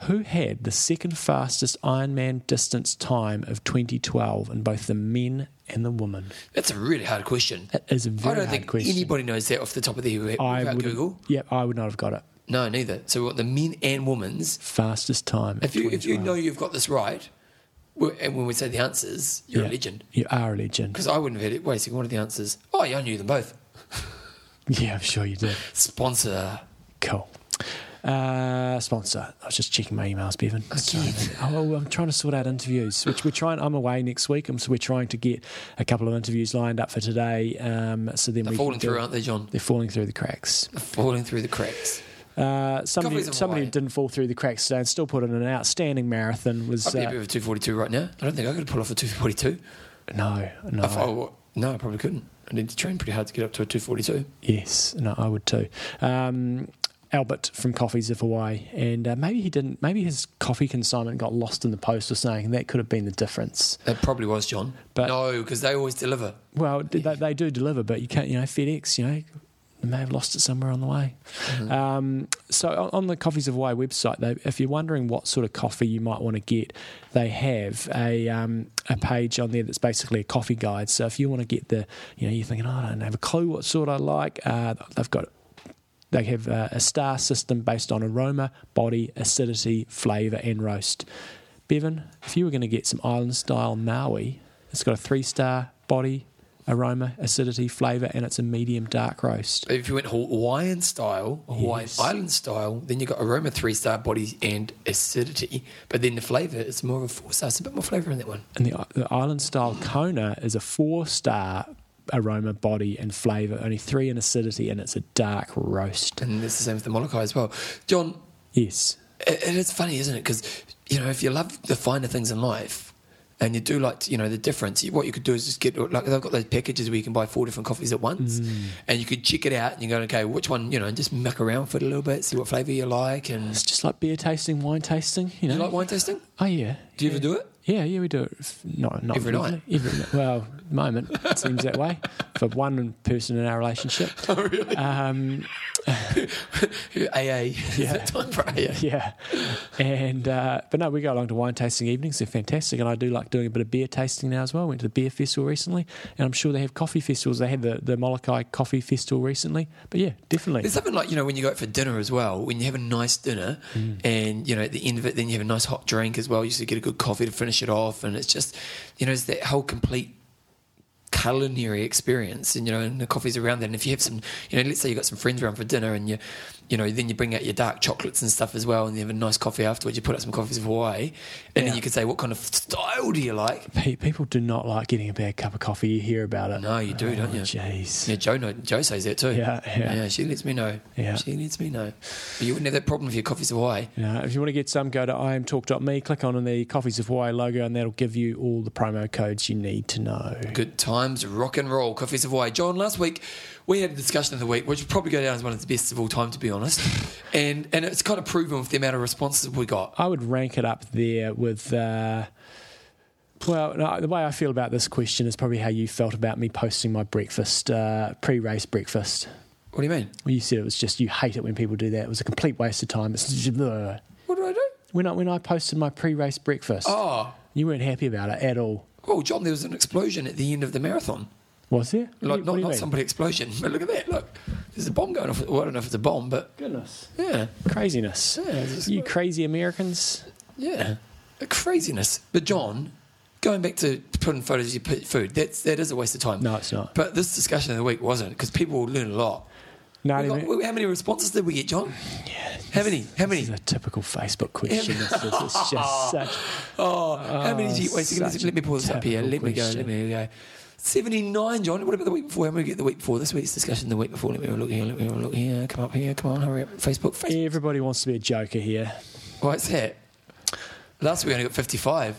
Who had the second fastest Ironman distance time of 2012 in both the men and the women? That's a really hard question. That is a I very don't hard think question. anybody knows that off the top of their head I without would, Google. Yeah, I would not have got it. No, neither. So we want the men and women's. Fastest time. of If you if you 2012. know you've got this right, we- and when we say the answers, you're Yeah. a legend. You are a legend. Because I wouldn't have had it. Wait a second, what are the answers? Oh, yeah, I knew them both. Yeah, I'm sure you did. Sponsor. Cool. Uh, sponsor. I was just checking my emails, Bevan. Sorry, mate. oh, I'm trying to sort out interviews, which we're trying. I'm away next week, and so we're trying to get a couple of interviews lined up for today. Um, so then They're we falling can do- through, aren't they, John? They're falling through the cracks. They're falling through the cracks. Uh, somebody, Coffee's in somebody Hawaii. who didn't fall through the cracks today and still put in an outstanding marathon was I'd be a bit uh, of a 242 right now. I don't think I could pull off a 242. no, no. If I wa- no, I probably couldn't. I need to train pretty hard to get up to a 242. Yes, no, I would too. Um, Albert from Coffees of Hawaii, and uh, maybe he didn't. Maybe his coffee consignment got lost in the post or something. and That could have been the difference. That probably was, John. But- no, because they always deliver. Well, d- they, they do deliver, but you can't. You know, FedEx. You know, they may have lost it somewhere on the way. Um, so on- on the Coffees of Hawaii website, they, if you're wondering what sort of coffee you might want to get, they have a um, a page on there that's basically a coffee guide. So if you want to get the, you know, you're thinking, "Oh, I don't have a clue what sort I like. Uh, they've got they have uh, a star system based on aroma, body, acidity, flavour, and roast. Bevan, if you were going to get some island style Maui, it's got a three star body, aroma, acidity, flavour, and it's a medium dark roast. If you went Hawaiian style, or Hawaiian Yes. island style, then you got aroma three star body and acidity. But then the flavour is more of a four star. It's a bit more flavour in that one. And the, the island style Kona is a four star aroma, body, and flavour, only three in acidity, and it's a dark roast. And it's the same with the Molokai as well. John, Yes. it, it is funny, isn't it? Because you know, if you love the finer things in life, and you do like to, you know the difference, what you could do is just get like they've got those packages where you can buy four different coffees at once, and you could check it out and you go, okay, which one, you know, and just muck around for it a little bit, see what flavour you like, and It's just like beer tasting, wine tasting, you know. you like wine tasting? Oh, yeah. Do you ever do it? Yeah, yeah, we do it. f- Not, not Every night? frequently. Every night. Well, moment it seems that way for one person in our relationship. Oh, really? Um, AA. Yeah. time for AA. yeah, and uh, but no, we go along to wine tasting evenings. They're fantastic, and I do like doing a bit of beer tasting now as well. Went to the beer festival recently, and I'm sure they have coffee festivals. They had the the Molokai Coffee Festival recently, but yeah, definitely. There's something like, you know, when you go out for dinner as well, when you have a nice dinner and, you know, at the end of it, then you have a nice hot drink as well. You should get a good coffee to finish it off. And it's just, you know, it's that whole complete culinary experience and you know and the coffee's around there and if you have some you know let's say you've got some friends around for dinner and you you know then you bring out your dark chocolates and stuff as well and you have a nice coffee afterwards you put out some coffees of hawaii and Yeah. then you could say what kind of style do you like Pe- People do not like getting a bad cup of coffee. You hear about it. No, you do, Oh, don't you? Jeez. Yeah, Joe, know, Joe says that too. Yeah, yeah. she lets me know. Yeah. She lets me know. But you wouldn't have that problem if your coffee's away. Now, if you want to get some, go to imtalk.me, click on the Coffees of Hawaii logo, and that'll give you all the promo codes you need to know. Good times, rock and roll, coffees of Hawaii. John, last week we had a discussion of the week, which would probably go down as one of the best of all time, to be honest. And and it's kind of proven with the amount of responses we got. I would rank it up there with. Uh, well, no, the way I feel about this question is probably how you felt about me posting my breakfast, uh, pre race breakfast. What do you mean? Well, you said it was just, you hate it when people do that. It was a complete waste of time. It's just, bleh. What did I do? When, I, when I posted my pre race breakfast, Oh, you weren't happy about it at all. well, John, there was an explosion at the end of the marathon. Was there? Like, What do you- what not, do you not mean? somebody explosion, but look at that. Look, there's a bomb going off. Well, I don't know if it's a bomb, but Goodness. yeah. Craziness. Yeah, it's- you crazy Americans. Yeah, a craziness. But John, going back to putting photos of your p- food, that's that is a waste of time. No, it's not. But this discussion of the week wasn't because people will learn a lot. No, We got- how many responses did we get, John? Yeah. How many? How This many? is a typical Facebook question. This is- it's just such. Oh, how many? Did you, wait a second. such Let, let me pull this up here. typical Let me go. Let question. me go. Seventy-nine, John. What about the week before? How many we get the week before? This week's discussion. The week before. Let me have a look here. Let me have a look here. Come up here. Come on. Hurry up. Facebook. Facebook. Everybody wants to be a joker here. What's that? Last week we only got 55.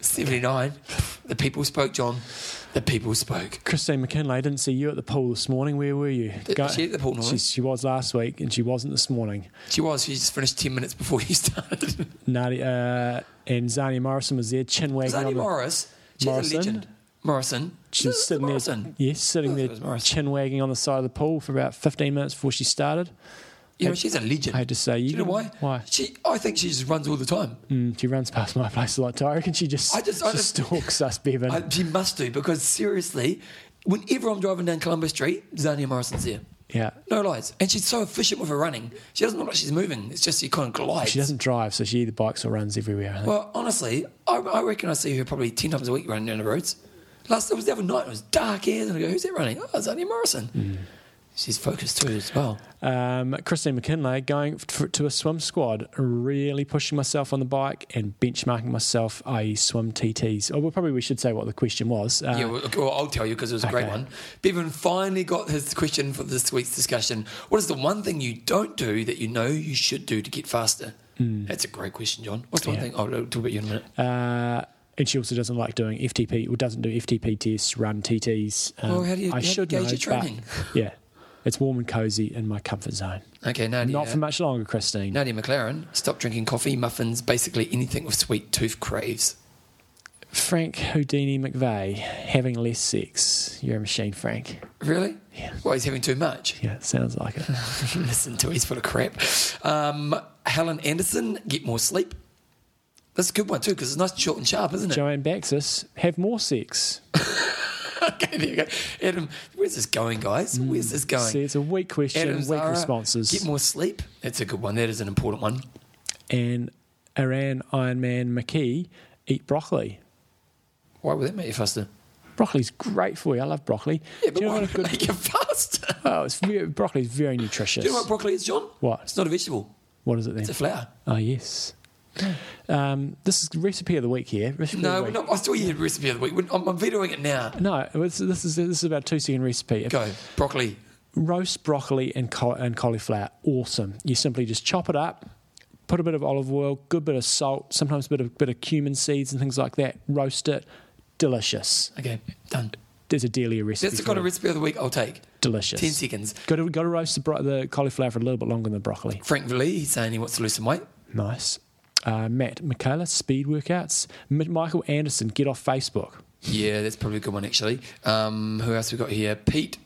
79. The people spoke, John. The people spoke. Christine McKinley, I didn't see you at the pool this morning. Where were you? Did she at the pool, Norman? She, she was last week and she wasn't this morning. She was. She just finished 10 minutes before you started. Nadia, uh, and Zania Morrison was there, chin wagging Zani on the- Morris. She's Morrison? a legend. Morrison. She was sitting there, Morrison. yes, sitting Oh, there, it was Morrison. chin wagging on the side of the pool for about 15 minutes before she started. You know, she's a legend. I had to say, you, Do you know can- why? Why? She, I think she just runs all the time. Mm, she runs past my place a lot, I reckon she just, I just- just, I just- stalks us, Bevan. I, she must do because seriously, whenever I'm driving down Columbus Street, Zania Morrison's there. yeah. No lies. And she's so efficient with her running. She doesn't look like she's moving. It's just she kind of glides. She doesn't drive, so she either bikes or runs everywhere. I think. Well, honestly, I, I reckon I see her probably 10 times a week running down the roads. Last, it was the other night, it was dark air, and I go, who's that running? Oh, it's Annie Morrison. Hmm. She's focused too as well. Um, Christine McKinley going f- to a swim squad, really pushing myself on the bike and benchmarking myself, i.e., swim TTs. Oh, well, probably we should say what the question was. Uh, yeah, well, okay, well, I'll tell you because it was a great okay. one. Bevan finally got his question for this week's discussion. What is the one thing you don't do that you know you should do to get faster? That's a great question, John. What's the one Hmm. Yeah. thing? I'll talk about you in a minute. uh, and she also doesn't like doing FTP, or doesn't do FTP tests, run TTs. Um, Well, how do you- I how do you should gauge know, your but training? yeah, it's warm and cozy in my comfort zone. Okay, Nadia. Not for much longer, Christine. Nadia McLaren, stop drinking coffee, muffins, basically anything with sweet tooth craves. Frank Houdini McVeigh having less sex. You're a machine, Frank. Really? Yeah. Well, he's having too much. Yeah, it sounds like it. Listen to it, he's full of crap. Um, Helen Anderson, get more sleep. That's a good one too because it's nice and short and sharp, isn't it? Joanne Baxis have more sex. okay, there you go. Adam, where's this going, guys? Where's this going? See, it's a weak question, Adam Hmm. weak Zara, responses. Get more sleep. That's a good one. That is an important one. and Iran Iron Man McKee eat broccoli. Why would that make you faster? Broccoli's great for you. I love broccoli. Yeah, Do but you know why what a don't good? make it faster? Oh, it's very, broccoli's very nutritious. Do you know what broccoli is, John? What? It's not a vegetable. what is it then? It's a flower. oh yes. Um, this is recipe of the week here. Recipe of the No, week. we're not, I thought you had a recipe of the week. We're- I'm, I'm vetoing it now. No, it's, this is this is about two second recipe. If- Go broccoli. roast broccoli and, cau- and cauliflower. Awesome. You simply just chop it up, put a bit of olive oil, good bit of salt, sometimes a bit of bit of cumin seeds and things like that. Roast it. Delicious. Okay, done. There's a Delia recipe. That's the for kind of you. recipe of the week I'll take. Delicious. Ten seconds. Got to got to roast the, bro- the cauliflower for a little bit longer than the broccoli. Frank Lee, he's saying he wants to lose some weight. Nice. Uh, Matt, Michaela, speed workouts. M- Michael Anderson, get off Facebook. Yeah, that's probably a good one actually. Um, who else we got here? Pete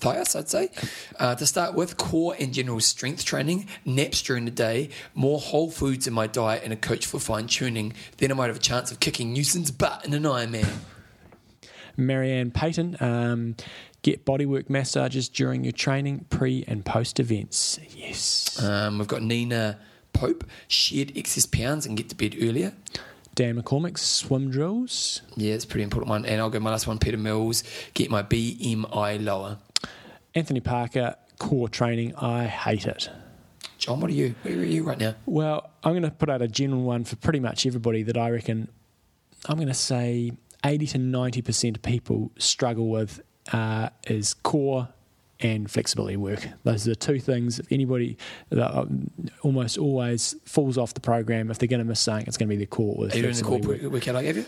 Thias, I'd say. Uh, to start with, core and general strength training, naps during the day, more whole foods in my diet, and a coach for fine tuning. Then I might have a chance of kicking Newson's butt in an Ironman. Marianne Payton, um, get bodywork massages during your training, pre and post events. Yes. Um, we've got Nina Pope, shed excess pounds and get to bed earlier. Dan McCormick's swim drills. Yeah, it's a pretty important one. And I'll go my last one, Peter Mills, get my BMI lower. Anthony Parker, core training. I hate it. John, what are you? Where are you right now? Well, I'm going to put out a general one for pretty much everybody that I reckon I'm going to say 80 to 90% of people struggle with uh, is core and flexibility work. Those are the two things. If anybody that um, almost always falls off the program, if they're going to miss something, it's going to be their core or the Are you doing the flexibility corporate work. workout I gave you?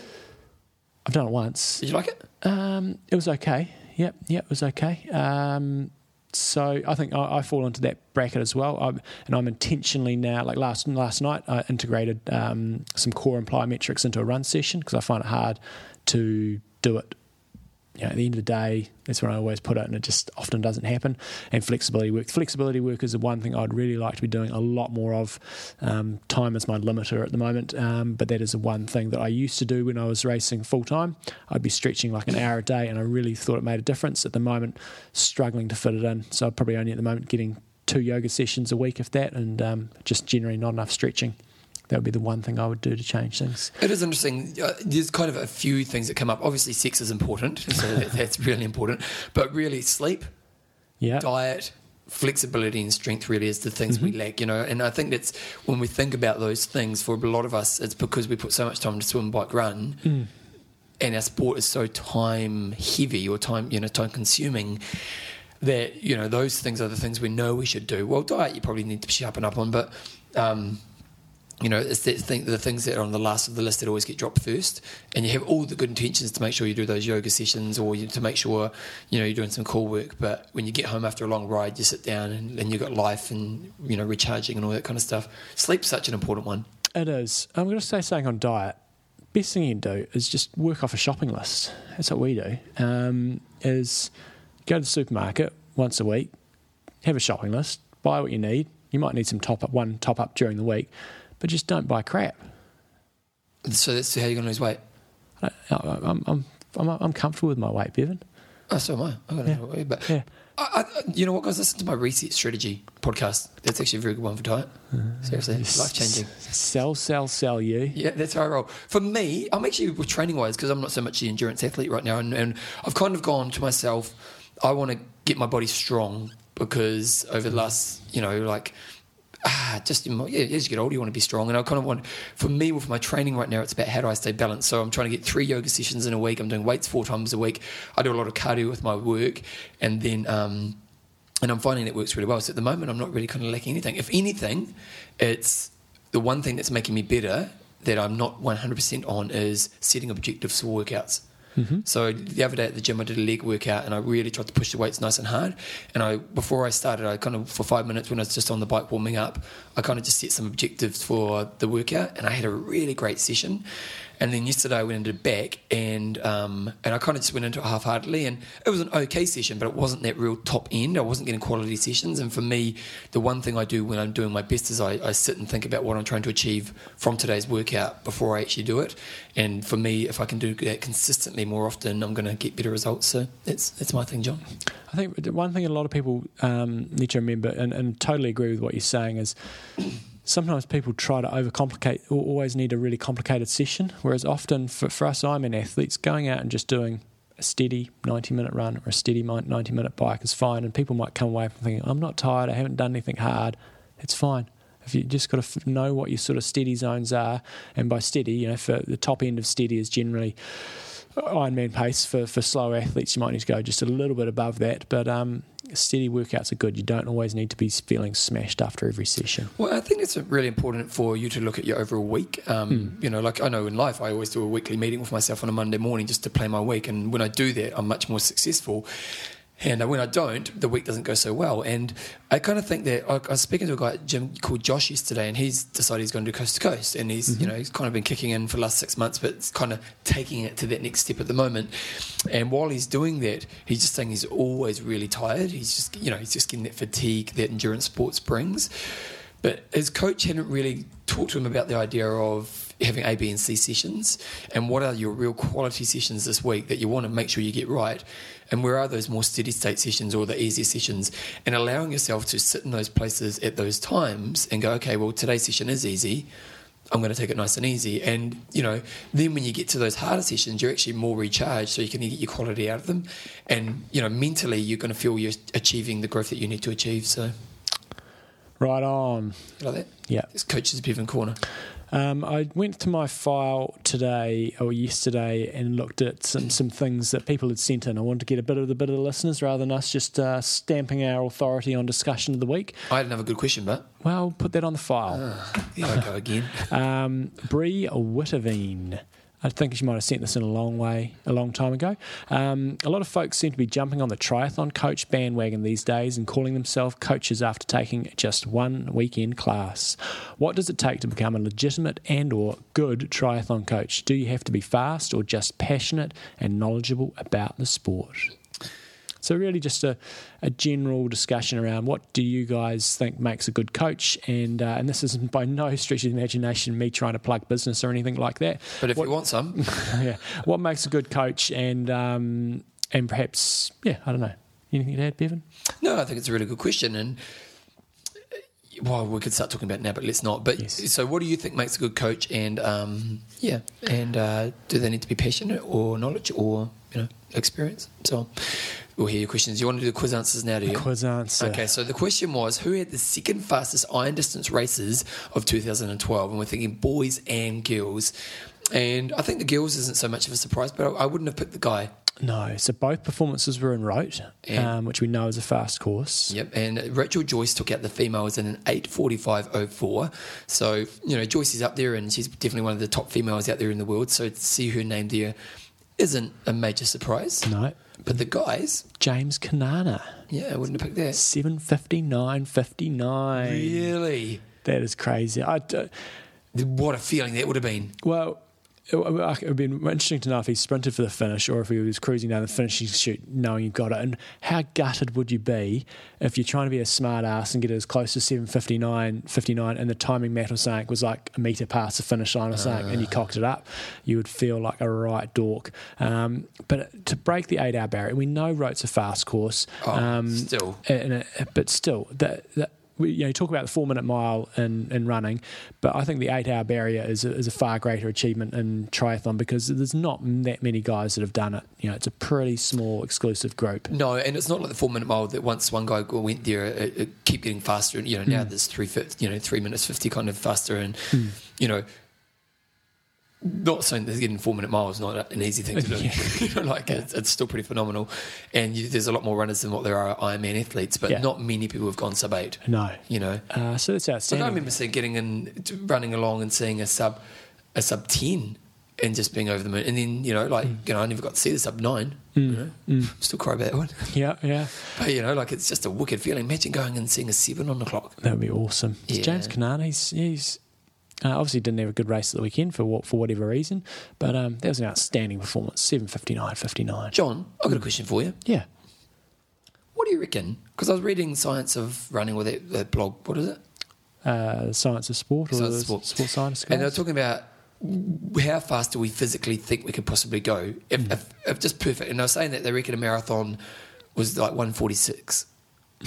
I've done it once. Did you like it? Um, it was okay. Yep, yep, it was okay. Um, so I think I, I fall into that bracket as well. I'm, and I'm intentionally now, like last last night, I integrated um, some core and plyometrics into a run session because I find it hard to do it. You know, at the end of the day, that's when I always put it, and it just often doesn't happen. And flexibility work. Flexibility work is the one thing I'd really like to be doing a lot more of. Um, time is my limiter at the moment, um, but that is the one thing that I used to do when I was racing full time. I'd be stretching like an hour a day, and I really thought it made a difference. At the moment, struggling to fit it in, so I'm probably only at the moment getting two yoga sessions a week, if that, and um, just generally not enough stretching. That would be the one thing I would do to change things. It is interesting. Uh, there's kind of a few things that come up. Obviously, sex is important, so that, that's really important. But really, sleep, Yeah. diet, flexibility, and strength really is the things we lack, you know. And I think that's when we think about those things for a lot of us, it's because we put so much time to swim, bike, run, and our sport is so time heavy or time, you know, time consuming. That you know, those things are the things we know we should do. Well, diet you probably need to sharpen up on, but um, you know, it's the, thing, the things that are on the last of the list that always get dropped first. And you have all the good intentions to make sure you do those yoga sessions or you, to make sure, you know, you're doing some cool work. But when you get home after a long ride, you sit down and, and you've got life and, you know, recharging and all that kind of stuff. Sleep's such an important one. It is. I'm going to say something on diet. Best thing you can do is just work off a shopping list. That's what we do. Um, is go to the supermarket once a week, have a shopping list, buy what you need. You might need some top up, one top up during the week, but just don't buy crap. So that's how you're going to lose weight. I, I, I'm, I'm, I'm, I'm comfortable with my weight, Bevan. Oh, so am I. I don't know. what- But Yeah. I, I, you know what, guys? Listen to my Reset Strategy podcast. That's actually a very good one for diet. Uh-huh. Seriously, life changing. Sell, sell, sell you. Yeah, that's how I roll. For me, I'm actually with training wise because I'm not so much the endurance athlete right now, and, and I've kind of gone to myself. I want to get my body strong because over the last, you know, like. Ah, just in my, yeah, as you get older, you want to be strong, and I kind of want. For me, with my training right now, it's about how do I stay balanced. So I'm trying to get three yoga sessions in a week. I'm doing weights four times a week. I do a lot of cardio with my work, and then um, and I'm finding it works really well. So at the moment, I'm not really kind of lacking anything. If anything, it's the one thing that's making me better that I'm not 100% on is setting objectives for workouts. So the other day at the gym, I did a leg workout and I really tried to push the weights nice and hard. And I, before I started, I kind of for five minutes when I was just on the bike warming up, I kind of just set some objectives for the workout, and I had a really great session. And then yesterday I went into back and um, and I kind of just went into it half heartedly and it was an okay session, but it wasn't that real top end. I wasn't getting quality sessions. And for me, the one thing I do when I'm doing my best is I, I sit and think about what I'm trying to achieve from today's workout before I actually do it. And for me, if I can do that consistently more often, I'm going to get better results. So that's that's my thing, John. I think the one thing a lot of people um, need to remember, and, and totally agree with what you're saying, is sometimes people try to overcomplicate, or always need a really complicated session. Whereas often for, for us Ironman athletes, going out and just doing a steady 90 minute run or a steady mi- 90 minute bike is fine. And people might come away from thinking, I'm not tired, I haven't done anything hard. It's fine. If you just got to f- know what your sort of steady zones are, and by steady, you know, for the top end of steady is generally Ironman pace for, for slow athletes. You might need to go just a little bit above that, but um, steady workouts are good. You don't always need to be feeling smashed after every session. Well, I think it's really important for you to look at your overall week. Um, You know, like I know in life, I always do a weekly meeting with myself on a Monday morning just to plan my week. And when I do that, I'm much more successful. And uh, when I don't, the week doesn't go so well. And I kind of think that I, I was speaking to a guy at gym called Josh yesterday, and he's decided he's going to do coast to coast. And he's, you know, he's kind of been kicking in for the last six months, but it's kind of taking it to that next step at the moment. And while he's doing that, he's just saying he's always really tired. He's just, you know, he's just getting that fatigue that endurance sports brings. But his coach hadn't really talked to him about the idea of having A, B, and C sessions and what are your real quality sessions this week that you want to make sure you get right and where are those more steady state sessions or the easier sessions and allowing yourself to sit in those places at those times and go, okay, well, today's session is easy. I'm going to take it nice and easy. And, you know, then when you get to those harder sessions, you're actually more recharged so you can get your quality out of them. And, you know, mentally, you're going to feel you're achieving the growth that you need to achieve. So, Right on. like that. Yeah. It's coaches Bevan Corner. Um, I went to my file today or yesterday and looked at some, some things that people had sent in. I wanted to get a bit of the bit of the listeners rather than us just uh, stamping our authority on discussion of the week. I had another good question, but Well, put that on the file. there I go again. Um, Bree Witteveen. I think she might have sent this in a long way, a long time ago. Um, a lot of folks seem to be jumping on the triathlon coach bandwagon these days and calling themselves coaches after taking just one weekend class. What does it take to become a legitimate and/or good triathlon coach? Do you have to be fast or just passionate and knowledgeable about the sport? So really, just a, a general discussion around what do you guys think makes a good coach, and uh, and this is by no stretch of the imagination me trying to plug business or anything like that. But if what, you want some, yeah, what makes a good coach, and um, and perhaps yeah, I don't know. Anything to add, Bevan? no, I think it's a really good question. And uh, well, we could start talking about it now, but let's not. But Yes. so, what do you think makes a good coach? And um, yeah, and uh, do they need to be passionate or knowledge or you know experience? So on. we'll hear your questions. You want to do the quiz answers now, do you? Quiz answer. Okay, so the question was who had the second fastest iron distance races of 2012? And we're thinking boys and girls. And I think the girls isn't so much of a surprise, but I, I wouldn't have picked the guy. No, so both performances were in rote, Yeah. um, which we know is a fast course. Yep, and Rachel Joyce took out the females in an 8.45.04. So, you know, Joyce is up there and she's definitely one of the top females out there in the world. So to see her name there isn't a major surprise. No, But the guys, James Kanana, yeah, I wouldn't have picked that. seven fifty nine fifty nine. Really? That is crazy. I. d- What a feeling that would have been. Well, it would have been interesting to know if he sprinted for the finish or if he was cruising down the finishing chute knowing you got it. And how gutted would you be if you're trying to be a smart ass and get as close to 7.59 59 and the timing mat or something was like a metre past the finish line or something and you cocked it up? You would feel like a right dork. Um, but to break the eight hour barrier, we know rote's a fast course. Oh, um, still. and it, eh, but still, the, the, we, you know, you talk about the four minute mile in, in running, but I think the eight hour barrier is a, is a far greater achievement in triathlon because there's not that many guys that have done it. You know, it's a pretty small exclusive group. No, and it's not like the four minute mile that once one guy went there, it, it kept getting faster. And you know Hmm. now there's three, fif- you know, three minutes fifty kind of faster, and you know, not saying that getting four minute mile is not an easy thing to do. you know, like it's, it's still pretty phenomenal, and you, there's a lot more runners than what there are Ironman athletes, but Yeah. not many people have gone sub eight. No. You know, Uh, so that's like I outstanding. remember seeing getting in, running along and seeing a sub, a sub ten, and just being over the moon. And then you know, like Hmm. you know, I never got to see the sub nine. You know? Still cry about that one. yeah, yeah. But you know, like it's just a wicked feeling. Imagine going and seeing a seven on the clock. That would be awesome. It's Yeah. James Canana, he's, he's uh, obviously didn't have a good race at the weekend for what, for whatever reason, but um, that was an outstanding performance. Seven fifty nine fifty nine. John, I've got a question for you. Yeah. What do you reckon? Because I was reading Science of Running or that, that blog. What is it? Uh, science of sport or Science of the Sport. sports science. And they're guys? talking about how fast do we physically think we could possibly go? If, if, if just perfect. And I was saying that they reckon a marathon was like one forty six.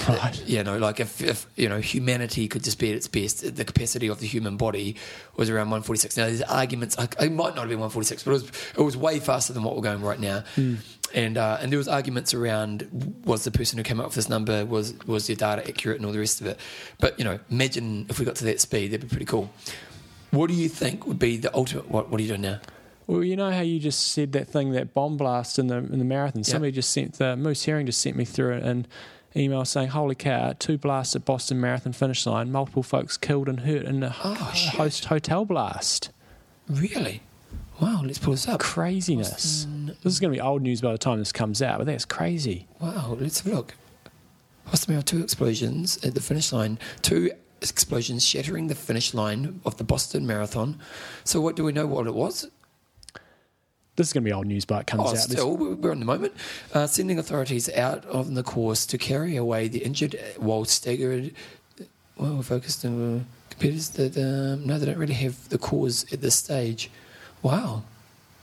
Right. you know, like if, if you know humanity could just be at its best, the capacity of the human body was around 146. Now, there's arguments. I, it might not have been 146, but it was it was way faster than what we're going right now. and uh, and there was arguments around was the person who came up with this number was was your data accurate and all the rest of it. But you know, imagine if we got to that speed, that'd be pretty cool. What do you think would be the ultimate? What What are you doing now? Well, you know how you just said that thing, that bomb blast in the in the marathon. Somebody just sent the Moose Herring just sent me through an email saying, "Holy cow! Two blasts at Boston Marathon finish line. Multiple folks killed and hurt in a Oh, h- shit. host hotel blast. Really? Wow. Let's pull this up. Craziness. This is going to be old news by the time this comes out, but that's crazy. Wow, let's have a look. Hostomel, two explosions at the finish line. Two explosions shattering the finish line of the Boston Marathon. So, what do we know what it was? This is going to be old news by it comes Oh, out. This- still, we're in the moment. Uh, sending authorities out on the course to carry away the injured while staggered. Well, we're focused on uh, competitors that, um, no, they don't really have the cause at this stage. Wow.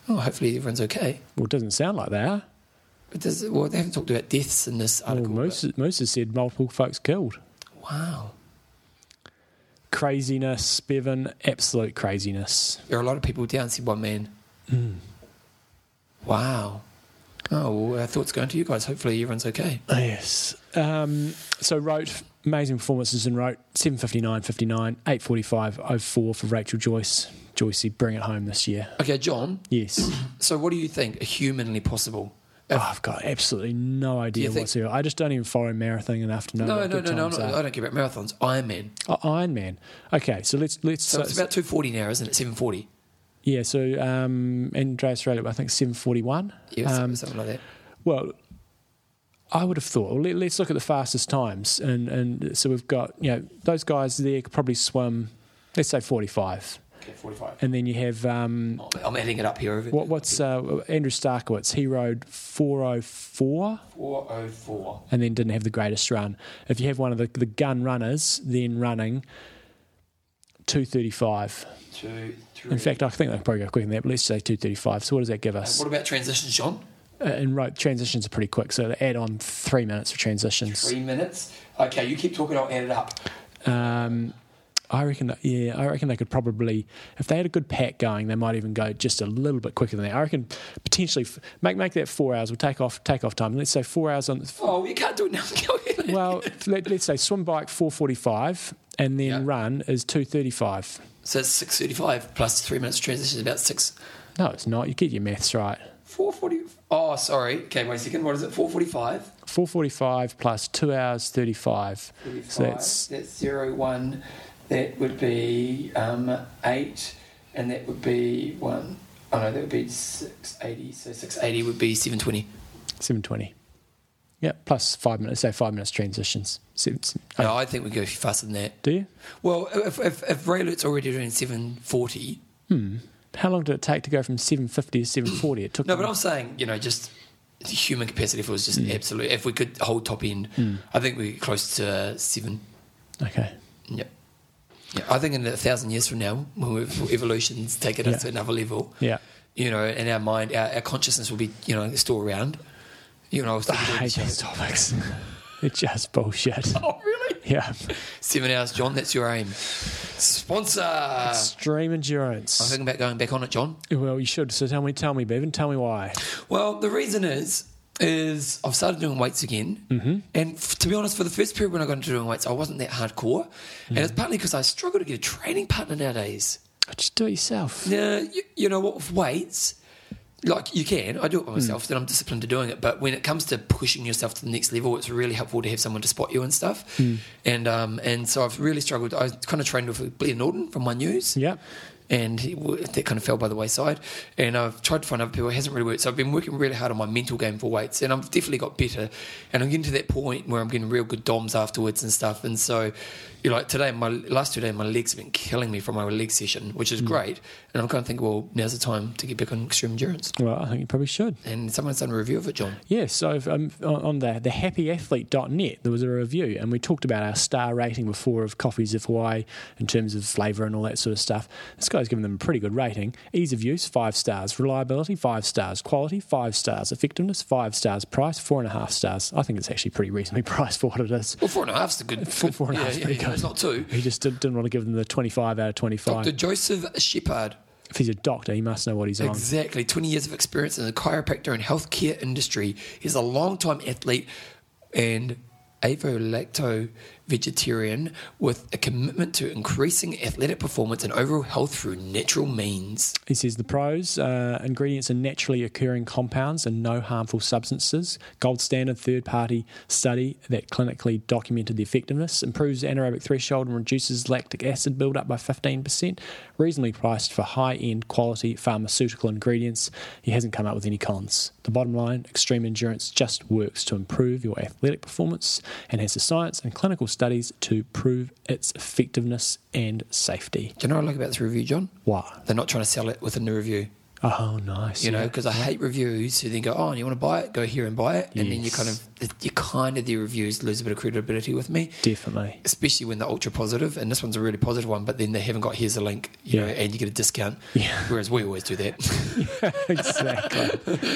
Oh, hopefully everyone's okay. well, it doesn't sound like that. But does, well, they haven't talked about deaths in this Well, article. Moose, Moose has said multiple folks killed. but- wow. Craziness, Bevan, absolute craziness. There are a lot of people down, said one man. Hmm. Wow. Oh, well, our thoughts going to you guys. Hopefully everyone's okay. Yes. Um, so wrote amazing performances in wrote 759, 59, 845, 04 for Rachel Joyce. Joycey, bring it home this year. Okay, John, Yes. so what do you think are humanly possible? Oh, I've got absolutely no idea think- whatsoever. I just don't even follow marathon enough to know. No, what no, good no, no, times uh, no. are. I don't care about marathons. Ironman. Oh, Iron Man. Okay, so let's let's. So, it's so- about 240 now, isn't it? 740. yeah, so um, Andreas Rayleigh, I think seven forty one. Yeah, Um, something- something like that. Well, I would have thought. Well, let, let's look at the fastest times, and and so we've got you know those guys there could probably swim, let's say forty five, Okay, 45. and then you have um, I'm adding it up here. Over what what's uh, Andrew Starkowitz? He rode four oh four, 404. and then didn't have the greatest run. If you have one of the the gun runners, then running two thirty five. Two, three. In fact, I think they can probably go quicker than that. But let's say two thirty five. So what does that give us? what about transitions, John? Uh, and rope transitions are pretty quick, so they add on three minutes for transitions. Three minutes. Okay, you keep talking. I'll add it up. Um, I reckon, that- yeah, I reckon they could probably, if they had a good pack going, they might even go just a little bit quicker than that. I reckon potentially f- make make that four hours. We'll take off take off time. Let's say four hours on. Oh, you can't do it now. Well, let, let's say swim bike four forty five, and then Yeah. run is two thirty five. So it's 635 plus three minutes transition is about six. No, it's not. You get your maths right. 440. Oh, sorry. Okay, wait a second. What is it? 445? Four forty five plus two hours thirty five. So that's that's zero one. That would be um, eight, and that would be one. Oh no, that would be six eighty. So six eighty would be seven twenty. seven twenty. Yeah, plus five minutes. Say five minutes transitions. Seven, seven- oh, No, I think we go faster than that. do you? Well, if if, if Raylert's already doing seven forty. How long did it take to go from seven fifty to seven forty? It took No, but I'm saying you know just the human capacity. If it was just absolute, if we could hold top end, I think we're close to seven. Okay. Yep. Yeah, I think in a thousand years from now, when we've, evolution's taken us Yeah. to another level, Yeah. you know, and our mind, our, our consciousness will be, you know, still around. You know, still Ah, I be doing hate shit. these topics. It's just bullshit. Oh, really? Yeah. Seven hours, John. That's your aim. Sponsor. I'm Extreme endurance. thinking about going back on it, John. Well, you should. So tell me, tell me, Bevan, tell me why. Well, the reason is. Is I've started doing weights again, mm-hmm. and f- to be honest, for the first period when I got into doing weights, I wasn't that hardcore, Mm-hmm. and it's partly because I struggle to get a training partner nowadays. Just do it yourself. Nah, you, you know what? With weights, like you can, I do it by myself, then I'm disciplined to doing it. But when it comes to pushing yourself to the next level, it's really helpful to have someone to spot you and stuff. And um, and so I've really struggled. I kind of trained with Blair Norton from One News. Yep. And he, w- that kind of fell by the wayside. And I've tried to find other people. It hasn't really worked. So I've been working really hard on my mental game for weights. And I've definitely got better. And I'm getting to that point where I'm getting real good DOMs afterwards and stuff. And so, you know, like today, my last two days, my legs have been killing me from my leg session, which Hmm. is great. And I'm kind of thinking, well, now's the time to get back on extreme endurance. Well, I think you probably should. And someone's done a review of it, John. Yeah, so if, um, on on the, the happyathlete.net, there was a review, and we talked about our star rating before of coffees of Hawaii in terms of flavour and all that sort of stuff. This guy's given them a pretty good rating. Ease of use, five stars. Reliability, five stars. Quality, five stars. Effectiveness, five stars. Price, four and a half stars. I think it's actually pretty reasonably priced for what it is. Well, four and a half's a good. Four, four and a half, yeah, yeah, pretty yeah, good. It's not two. He just did, didn't want to give them the 25 out of 25. Dr. Joseph Shepard. if he's a doctor, he must know what he's on. Exactly. 20 years of experience in the chiropractor and healthcare industry. He's a long-time athlete and avolacto vegetarian with a commitment to increasing athletic performance and overall health through natural means. He says the pros uh, ingredients are naturally occurring compounds and no harmful substances. Gold standard third party study that clinically documented the effectiveness improves the anaerobic threshold and reduces lactic acid buildup by 15%. Reasonably priced for high end quality pharmaceutical ingredients. He hasn't come up with any cons. The bottom line extreme endurance just works to improve your athletic performance and has the science and clinical studies to prove its effectiveness and safety. Do you know what I like about this review, Johjohn? Wow. They're not trying to sell it within the review. Oh, nice. you know, yeah. because I hate reviews who then go, oh, and you want to buy it? Go here and buy it, and then you Yes. kind of, you kind of the reviews lose a bit of credibility with me, Definitely. especially when they're ultra positive, and this one's a really positive one, but then they haven't got here's a link, you know, Yeah. and you get a discount, Yeah. whereas we always do that. exactly.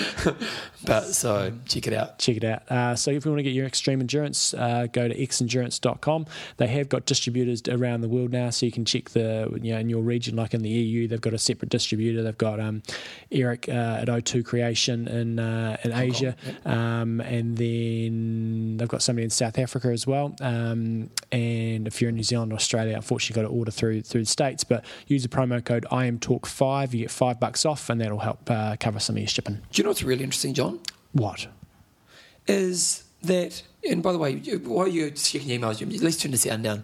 but so check it out. check it out. Uh, so if you want to get your extreme endurance, uh, go to xendurance.com. They have got distributors around the world now, so you can check the you know in your region, like in the EU, they've got a separate distributor. They've got um, Eric uh, at O2 Creation in uh, in Asia, um, and then they've got somebody in South Africa as well. Um, and if you're in New Zealand or Australia, unfortunately, you've got to order through through the states. But use the promo code I am Talk Five, you get five bucks off, and that'll help uh, cover some of your shipping. Do you know what's really interesting, John? What? Is that, and by the way, you- while you're checking your emails, you at least turn the sound down.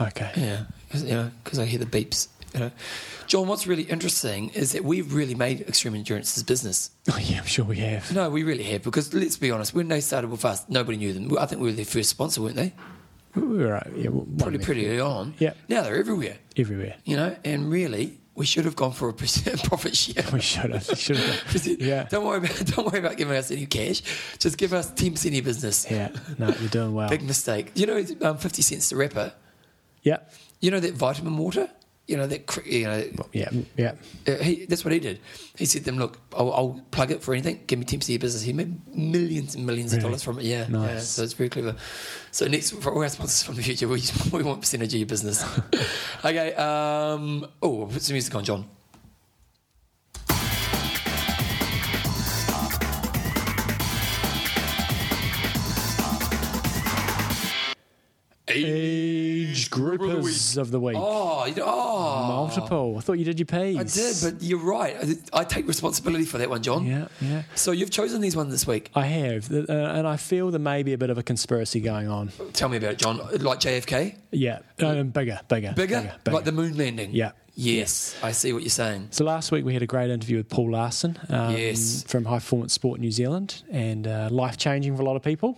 Okay. Yeah, 'cause, you know, because I hear the beeps. You know, John. What's really interesting is that we've really made extreme endurance this business. Oh yeah, I'm sure we have. No, we really have because let's be honest. When they started with us, nobody knew them. I think we were their first sponsor, weren't they? We were right. Yeah, well, Probably one minute. pretty early on. Yeah. Now they're everywhere. everywhere. You know, and really, we should have gone for a percent profit share. We should have. we Should have. Yeah. Don't worry about don't worry about giving us any cash. Just give us ten percent of your business. Yeah. No, you're doing well. Big mistake. You know, um, fifty cents the wrapper. Yeah. You know that vitamin water. You know that. cr- You know Yeah. Yeah. Uh, he, that's what he did. He said to them, "Look, I'll, I'll plug it for anything. Give me ten percent of your business." He made millions and millions Really? of dollars from it. Yeah, yeah. Nice. So it's very clever. So next, for all our sponsors from the future, we, we want percentage of your business. okay. Um, oh, we'll put some music on, John. Age groupers of the week. Oh, you know, oh, Multiple. I thought you did your P's. I did, but you're right. I, I take responsibility for that one, John. yeah, yeah. So you've chosen these ones this week. I have, uh, and I feel there may be a bit of a conspiracy going on. Tell me about it, John. Like JFK, Yeah, um, bigger, bigger, bigger, bigger, like the moon landing. Yeah. Yes, I see what you're saying. So last week we had a great interview with Paul Larson um, Yes. from High Performance Sport New Zealand, and uh, life changing for a lot of people.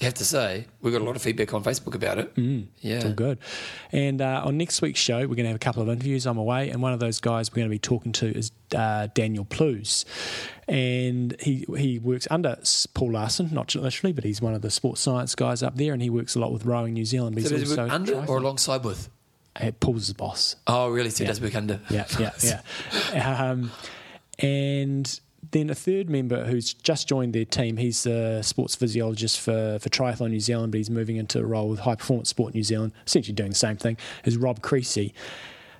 have to say, we got a lot of feedback on Facebook about it. Mm, yeah. It's all good. And uh, on next week's show, we're going to have a couple of interviews. I'm away, and one of those guys we're going to be talking to is uh, Daniel Plues, and he he works under S- Paul Larson, not literally, but he's one of the sports science guys up there, and he works a lot with rowing New Zealand. But So he's does it also work under triathlon. or alongside with? Uh, Paul's his boss. Oh, really? So it does work under. Yeah, yeah, yeah. um, and then a third member who's just joined their team. He's a sports physiologist for, for Triathlon New Zealand, but he's moving into a role with High Performance Sport New Zealand, essentially doing the same thing. Is Rob Creasy.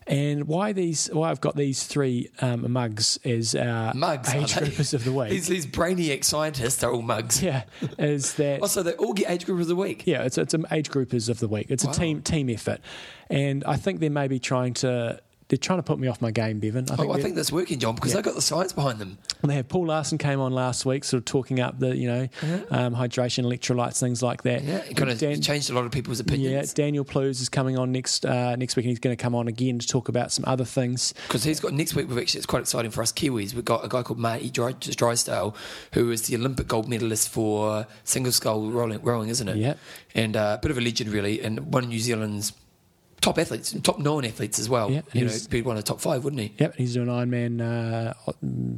And why these? Why I've got these three um, mugs as our Mugs. are age they? groupers of the week. These, these brainiac scientists are all mugs. yeah, is that Also, they all get age group of the week. yeah, it's it's um, age groupers of the week. It's a team team effort, and I think they may be trying to they're trying to put me off my game, Bevan. I Oh, I they're- think that's working, John, because they've got the science behind them. And they had Paul Larson came on last week, sort of talking up the you know um, hydration, electrolytes, things like that. Uh-huh. Yeah, it kind of Dan- changed a lot of people's yeah, opinions. Daniel Plues is coming on next uh, next week, and he's going to come on again to talk about some other things. Because he's got next week, we've actually, it's quite exciting for us Kiwis. We've got a guy called Marty Dry, Drysdale, who is the Olympic gold medalist for single scull rolling, rowing, isn't it? Yep. And uh, a bit of a legend, really, and one of New Zealand's top athletes, top known athletes as well. Yeah, and you know, he's- he'd be one of the top five, wouldn't he? Yep, he's doing Ironman uh,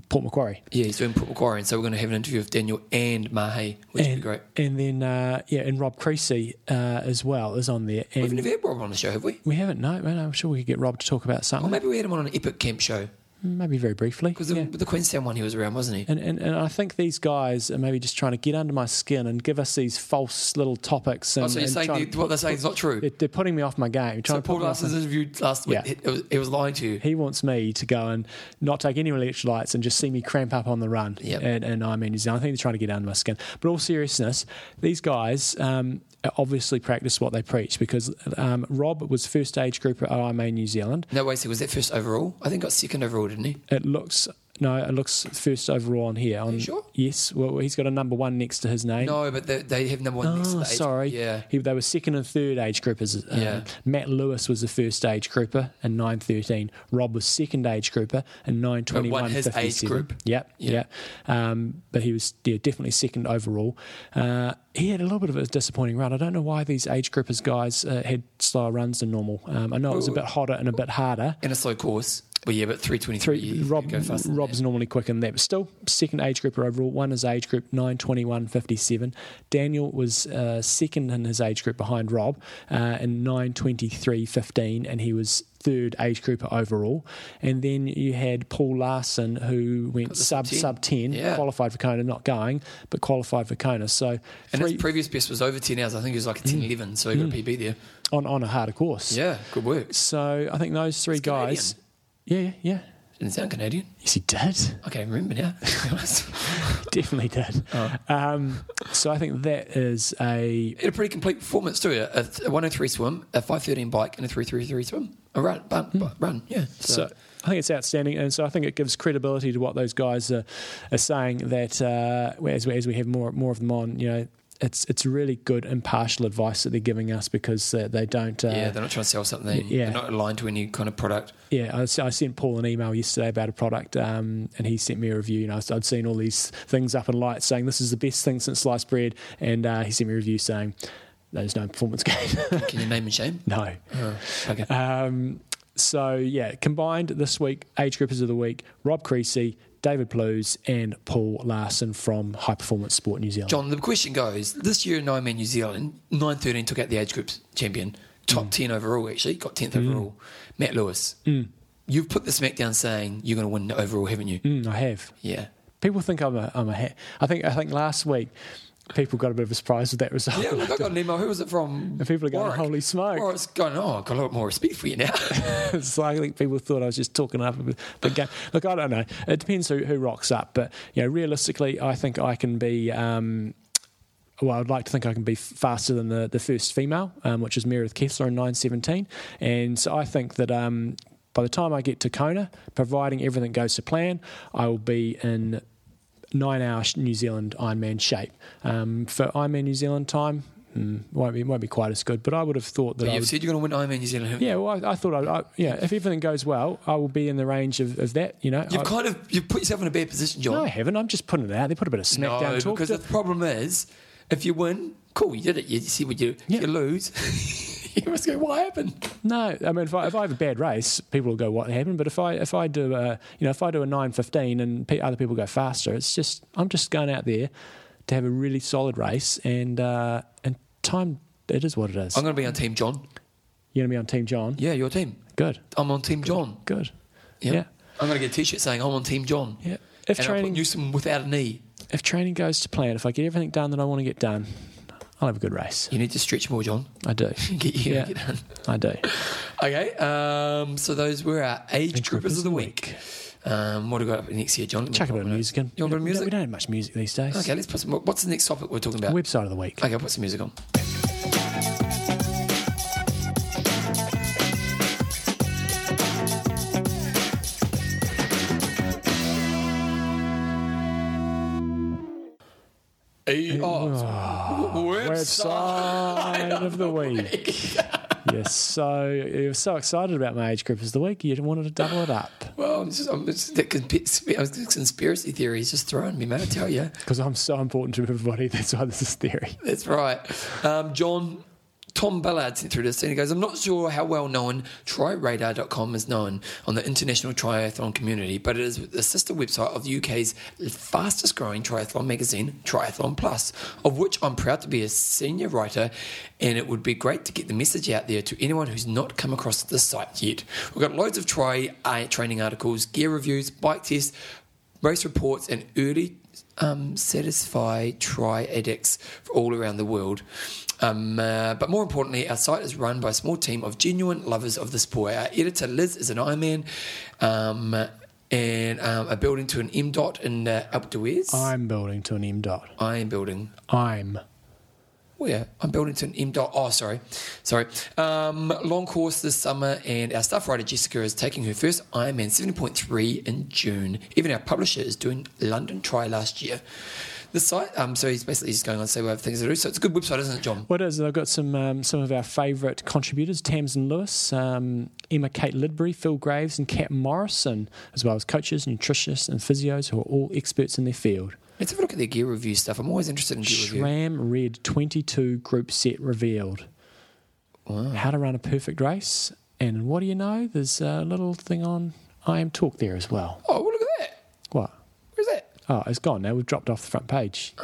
Port Macquarie. Yeah, he's doing Port Macquarie, and so we're going to have an interview with Daniel and Mahe, which would be and, great. and then uh, yeah, and Rob Creasy uh, as well is on there. We've And never had Rob on the show, have we? we haven't no, man. I'm sure we could get Rob to talk about Or something. maybe we had him on an Epic Camp show. maybe very briefly. Because yeah. the, the Queenstown one, he was around, wasn't he? And, and and I think these guys are maybe just trying to get under my skin and give us these false little topics. And, oh, so you're and saying trying the, what they're saying is not true? they're, they're putting me off my game. Trying so to put Paul me off my- Larson's interviewed last week. Yeah. It, it was, it was lying to you. he wants me to go and not take any electrolytes and just see me cramp up on the run. Yep. And, and I'm in New Zealand. I think they're trying to get under my skin. But all seriousness, these guys um, obviously practice what they preach because um, Rob was first age group at IMA New Zealand. No, wait, so was that first overall? I think got second overall, didn't he? It looks no, it looks first overall on here. On, you sure? Yes. Well, he's got a number one next to his name. No, but they, they have number one next Oh, stage. sorry. Yeah. He, they were second and third age groupers. Um, Yeah. Matt Lewis was the first age grouper in 913. Rob was second age grouper in 921. But won his age group. Yep, Yeah. yeah. Um, but he was yeah, definitely second overall. Uh, he had a little bit of a disappointing run. I don't know why these age groupers guys uh, had slower runs than normal. Um, I know it was a bit hotter and a bit harder. And a slow course. Well, yeah, but 323. Three, you Rob, go faster than Rob's that. normally quicker than that, but still second age group overall. One is age group 921.57. Daniel was uh, second in his age group behind Rob uh, in 923.15, and he was third age group overall. And then you had Paul Larson, who went sub sub-10. sub 10, Yeah. qualified for Kona, not going, but qualified for Kona. So And three, Hmm. his previous best was over 10 hours. I think he was like a 10 11, so he got a PB there. on, on a harder course. Yeah, good work. So I think those three guys. Yeah, yeah, yeah. Didn't sound Canadian. Yes, he did. I can't remember now, to be honest. Definitely did. Um, so I think that is a He had a pretty complete performance too. A, a th- a 103 swim, a 513 bike, and a 333 swim. A run, bun, Hmm. bu- run, yeah. so. I think it's outstanding, and so I think it gives credibility to what those guys are, are saying. That uh, as we, as we have more more of them on, you know, it's it's really good impartial advice that they're giving us because uh, they don't. Uh, yeah, they're not trying to sell something. yeah. They're not aligned to any kind of product. Yeah, I, s- I sent Paul an email yesterday about a product, um, and he sent me a review. You know, I'd seen all these things up in lights saying this is the best thing since sliced bread, and uh, he sent me a review saying there's no performance gain. Can you name and shame? no, Oh, okay. Um, so yeah, combined this week, age groupers of the week: Rob Creasy, David Blues, and Paul Larson from High Performance Sport New Zealand. John, the question goes this year in Ironman New Zealand, 913 took out the age groups champion, Mm. top 10 overall, actually, got 10th overall, Matt Lewis. You've put the smackdown saying you're going to win overall, haven't you? Mm, I have. Yeah. People think I'm a I'm a ha- I think I think last week people got a bit of a surprise with that result. Yeah, look, I got an email. Who was it from? And people are going, Warwick. "Holy smoke." Warwick's going, oh, I've got a lot more respect for you now. it's like I think people thought I was just talking up the game. Look, I don't know. It depends who, who rocks up, but you know, realistically, I think I can be. Um, well, I'd like to think I can be f- faster than the, the first female, um, which is Meredith Kessler in 917. And so I think that um, by the time I get to Kona, providing everything goes to plan, I will be in nine hour sh- New Zealand Ironman shape. Um, for Ironman New Zealand time, mm, won't, be, won't be quite as good, but I would have thought that I You've would said you're going to win Ironman New Zealand, haven't you? yeah, well, I, I thought, I'd, I, yeah, if everything goes well, I will be in the range of, of that, you know. You've I, kind of you've put yourself in a bad position, John. no, I haven't. I'm just putting it out. They put a bit of No, SmackDown talk. because to- the problem is, if you win, cool, you did it. You see what you Yeah. you lose. you must go. What happened? no, I mean, if I, if I have a bad race, people will go, "What happened?" But if I if I do a you know if I do a nine fifteen and pe- other people go faster, it's just I'm just going out there to have a really solid race and uh, and time. It is what it is. I'm going to be on Team John. You're gonna be on Team John. Yeah, your team. Good, I'm on Team John. good. Yeah. Yeah. I'm going to get a T-shirt saying I'm on Team John. Yeah. and If I'll training- put Newsom without a knee. If training goes to plan, if I get everything done that I want to get done, I'll have a good race. You need to stretch more, John. I do. Get you Yeah. get done. I do. Okay, um, so those were our age, groupers of the week. Um, what do we got up next year, John? Let me Chuck a bit of find it. music in. You want a bit of We don't- music? We don't have much music these days. Okay, let's put some. What's the next topic we're talking about? Website of the week. Okay, I'll put some music on. Hey, oh, Website of the week. yes. So you're so excited about my age group as the week. You wanted to double it up Well, um, I'm just, I'm just, that consp- I was- conspiracy theory is just throwing me, man. I tell you, because I'm so important to everybody. That's why this is theory. that's right. Um, John, Tom Ballard sent through this and he goes, I'm not sure how well known triradar.com is known on the international triathlon community, but it is the sister website of the UK's fastest growing triathlon magazine, Triathlon Plus, of which I'm proud to be a senior writer. And it would be great to get the message out there to anyone who's not come across the site yet. We've got loads of tri uh, training articles, gear reviews, bike tests, race reports, and early um, satisfy tri addicts all around the world. Um, uh, but more importantly, our site is run by a small team of genuine lovers of the sport. Our editor Liz is an Ironman, um, and um, are building to an M dot in uh, Alpe d'Huez. I'm building to an M dot. I am building. I'm. Oh yeah, I'm building to an M dot. Oh sorry, sorry. Um, long course this summer, and our staff writer Jessica is taking her first Ironman 70.3 in June. Even our publisher is doing London Try last year. The site, um, so he's basically just going on to say we have things to do. So it's a good website, isn't it, John? What is it? I've got some um, some of our favourite contributors: Tamsin Lewis, um, Emma Kate Lidbury, Phil Graves, and Kat Morrison, as well as coaches, nutritionists, and physios who are all experts in their field. Let's have a look at their gear review stuff. I'm always interested in gear review. SRAM Red 22 group set revealed. How to run a perfect race. And what do you know? There's a little thing on I Am Talk there as well. Oh, well, look at that. What? Where's that? Oh, it's gone now. We've dropped off the front page.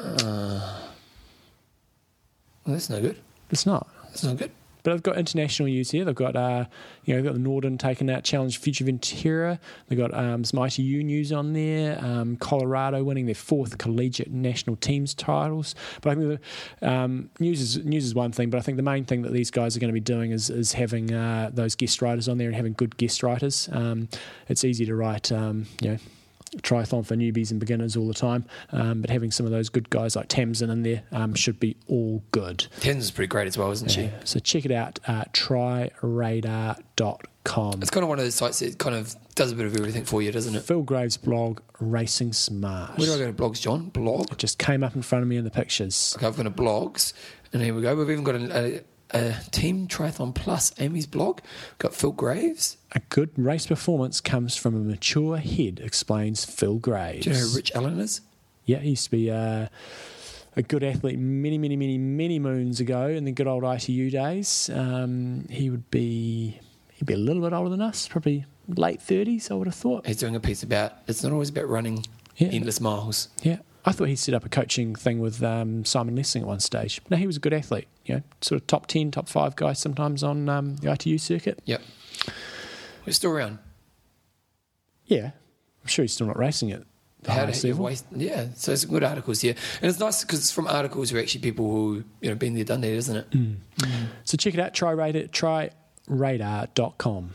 Well, that's no good. It's not. That's no good. But they've got international news here. They've got, uh, you know, they've got the Norden taking out Challenge Future Ventura. They've got um, some ITU news on there. Um, Colorado winning their fourth collegiate national teams titles. But I think the, um, news is news is one thing. But I think the main thing that these guys are going to be doing is is having uh, those guest writers on there and having good guest writers. Um, it's easy to write, um, you know. Triathlon for newbies and beginners all the time, um, but having some of those good guys like Tamsin in there um, should be all good. Tens is pretty great as well, isn't she? So check it out, uh, tryradar.com. It's kind of one of those sites that kind of does a bit of everything for you, doesn't it? Phil Graves' blog, Racing Smart. Where do I go to blogs, John? Blog. It just came up in front of me in the pictures. Okay, I've gone to blogs, and here we go. We've even got a, a, a Team Triathlon Plus, Amy's blog. We've got Phil Graves. A good race performance comes from a mature head, explains Phil Graves. Do you know who Rich Allen is? Yeah, he used to be uh, a good athlete many, many, many, many moons ago in the good old ITU days. Um, he would be he'd be a little bit older than us, probably late thirties, I would have thought. He's doing a piece about it's not always about running Yeah. endless miles. Yeah, I thought he set up a coaching thing with um, Simon Lessing at one stage. No, he was a good athlete. You know, sort of top ten, top five guy sometimes on um, the ITU circuit. Yep. We're still around. Yeah, I'm sure he's still not racing it. The How to highest hit your level. waist. Yeah, so it's good articles here, and it's nice because it's from articles who are actually people who you know been there, done that, isn't it? Mm. So check it out. Try radar. Try radar.com.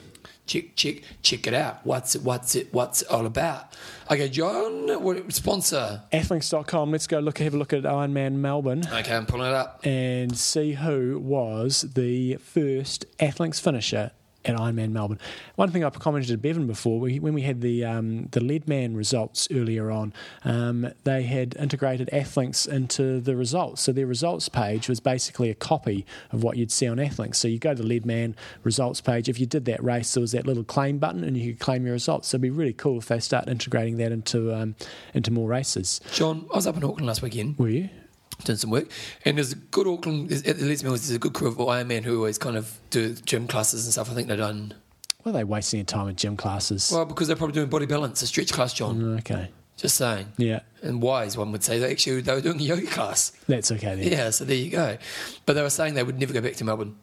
Check, check, check it out. What's it? What's it? What's it all about? Okay, John, what sponsor? Athlinks.com. Let's go look have a look at Ironman Melbourne Okay, I'm pulling it up. and see who was the first Athlinks finisher at Ironman Melbourne. One thing I've commented to Bevan before, we, when we had the um, the Leadman results earlier on, um, they had integrated Athlinks into the results. So their results page was basically a copy of what you'd see on Athlinks. So you go to the Leadman results page. If you did that race, there was that little claim button, and you could claim your results. So it'd be really cool if they start integrating that into um, into more races. John, I was up in Auckland last weekend. Were you? doing some work. And there's a good Auckland, there's- at the Leeds Mills, there's a good crew of Ironmen who always kind of do gym classes and stuff. I think they're done. Were they wasting their time in gym classes? Well, because they're probably doing body balance, a stretch class, John. okay. Just saying. Yeah, And wise, one would say. They actually, they were doing a yoga class. that's okay then. Yeah, so there you go. But they were saying they would never go back to Melbourne.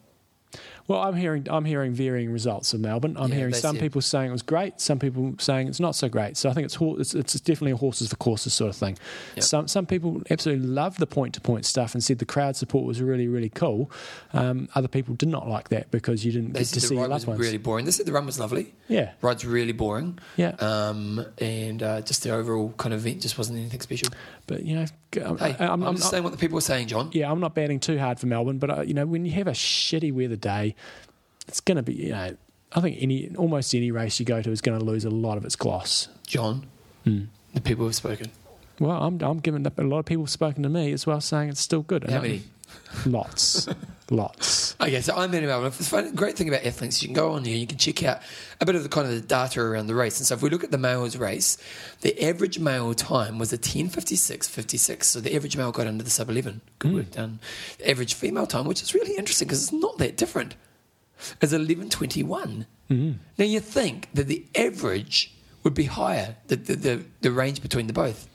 Well, I'm hearing I'm hearing varying results of Melbourne. I'm Yeah, hearing that's some it. people saying it was great, some people saying it's not so great. So I think it's hor- it's, it's definitely a horses for courses sort of thing. Yep. Some some people absolutely loved the point to point stuff and said the crowd support was really really cool. Um, other people did not like that because you didn't They get said to the see your ride was loved ones. really boring. They said the run was lovely. yeah, Ride's really boring. Yeah. Um, and uh, just the overall kind of event just wasn't anything special. but you know, g- I'm, Hey, I- I'm, I'm- I'm just not- saying what the people were saying, John. yeah, I'm not batting too hard for Melbourne, but uh, you know, when you have a shitty weather day, it's going to be you know, I think any almost any race you go to is going to lose a lot of its gloss. John, Hmm. the people have spoken. Well, I'm I'm giving up. A lot of people have spoken to me as well, saying it's still good. How many? Lots. lots. Okay, so I'm in Melbourne. The fun, great thing about Athlinks is you can go on there, you can check out a bit of the kind of the data around the race. And so if we look at the males' race, the average male time was a 10.56.56. So the average male got under the sub 11. Good work done. The average female time, which is really interesting because it's not that different, is 11.21. Now you think that the average would be higher, the, the, the, the range between the both.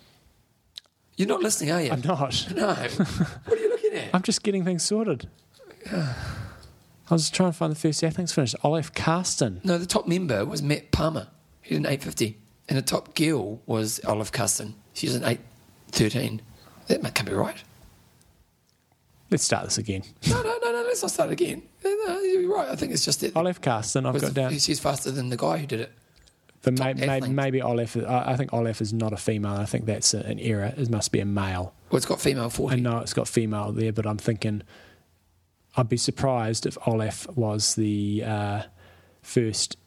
You're not listening, are you? I'm not. No. what are you looking at? I'm just getting things sorted. I was trying to find the first athletes finished. Olaf Carsten. No, the top member was Matt Palmer. He did an 850. And the top girl was Olive Custon. She was an 813. That might- can't be right. Let's start this again. No, no, no, no. Let's not start again. No, no, you're right. I think it's just that Olaf Carsten, I've was- got down. she's faster than the guy who did it. But may, top may, athlete. maybe Olaf, I, I think Olaf is not a female. I think that's a- an error. It must be a male. Well, it's got female I 40. know it's got female there, but I'm thinking I'd be surprised if Olaf was the uh, first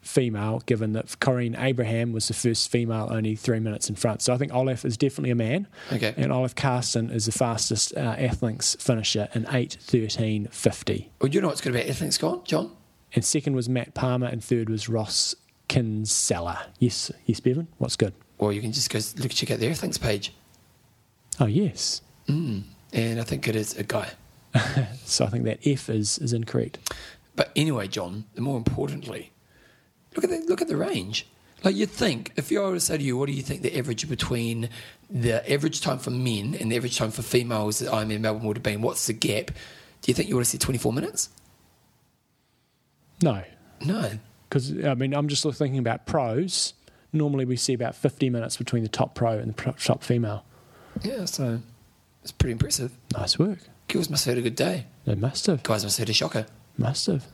female, given that Corinne Abraham was the first female only three minutes in front. So I think Olaf is definitely a man. Okay. And Olaf Carsten is the fastest uh, Athlinks finisher in 8.13.50. Well, you know what's good about Ethling's gone, John? And second was Matt Palmer, and third was Ross Kinsella. Yes, yes, Bevan, what's good? Well, you can just go s- look, check out the Ethling's page. Oh, yes. And I think it is a guy. So I think that F is, is incorrect. But anyway, John, more importantly, look at the look at the range. Like you'd think, if I were to say to you, what do you think the average between the average time for men and the average time for females that I'm in Melbourne would have been? What's the gap? Do you think you would have said 24 minutes? No, No. because I mean, I'm just thinking about pros. Normally, we see about 50 minutes between the top pro and the pro- top female. Yeah, so it's pretty impressive. Nice work. Girls must have had a good day. They must have. Guys must have had a shocker. Must have.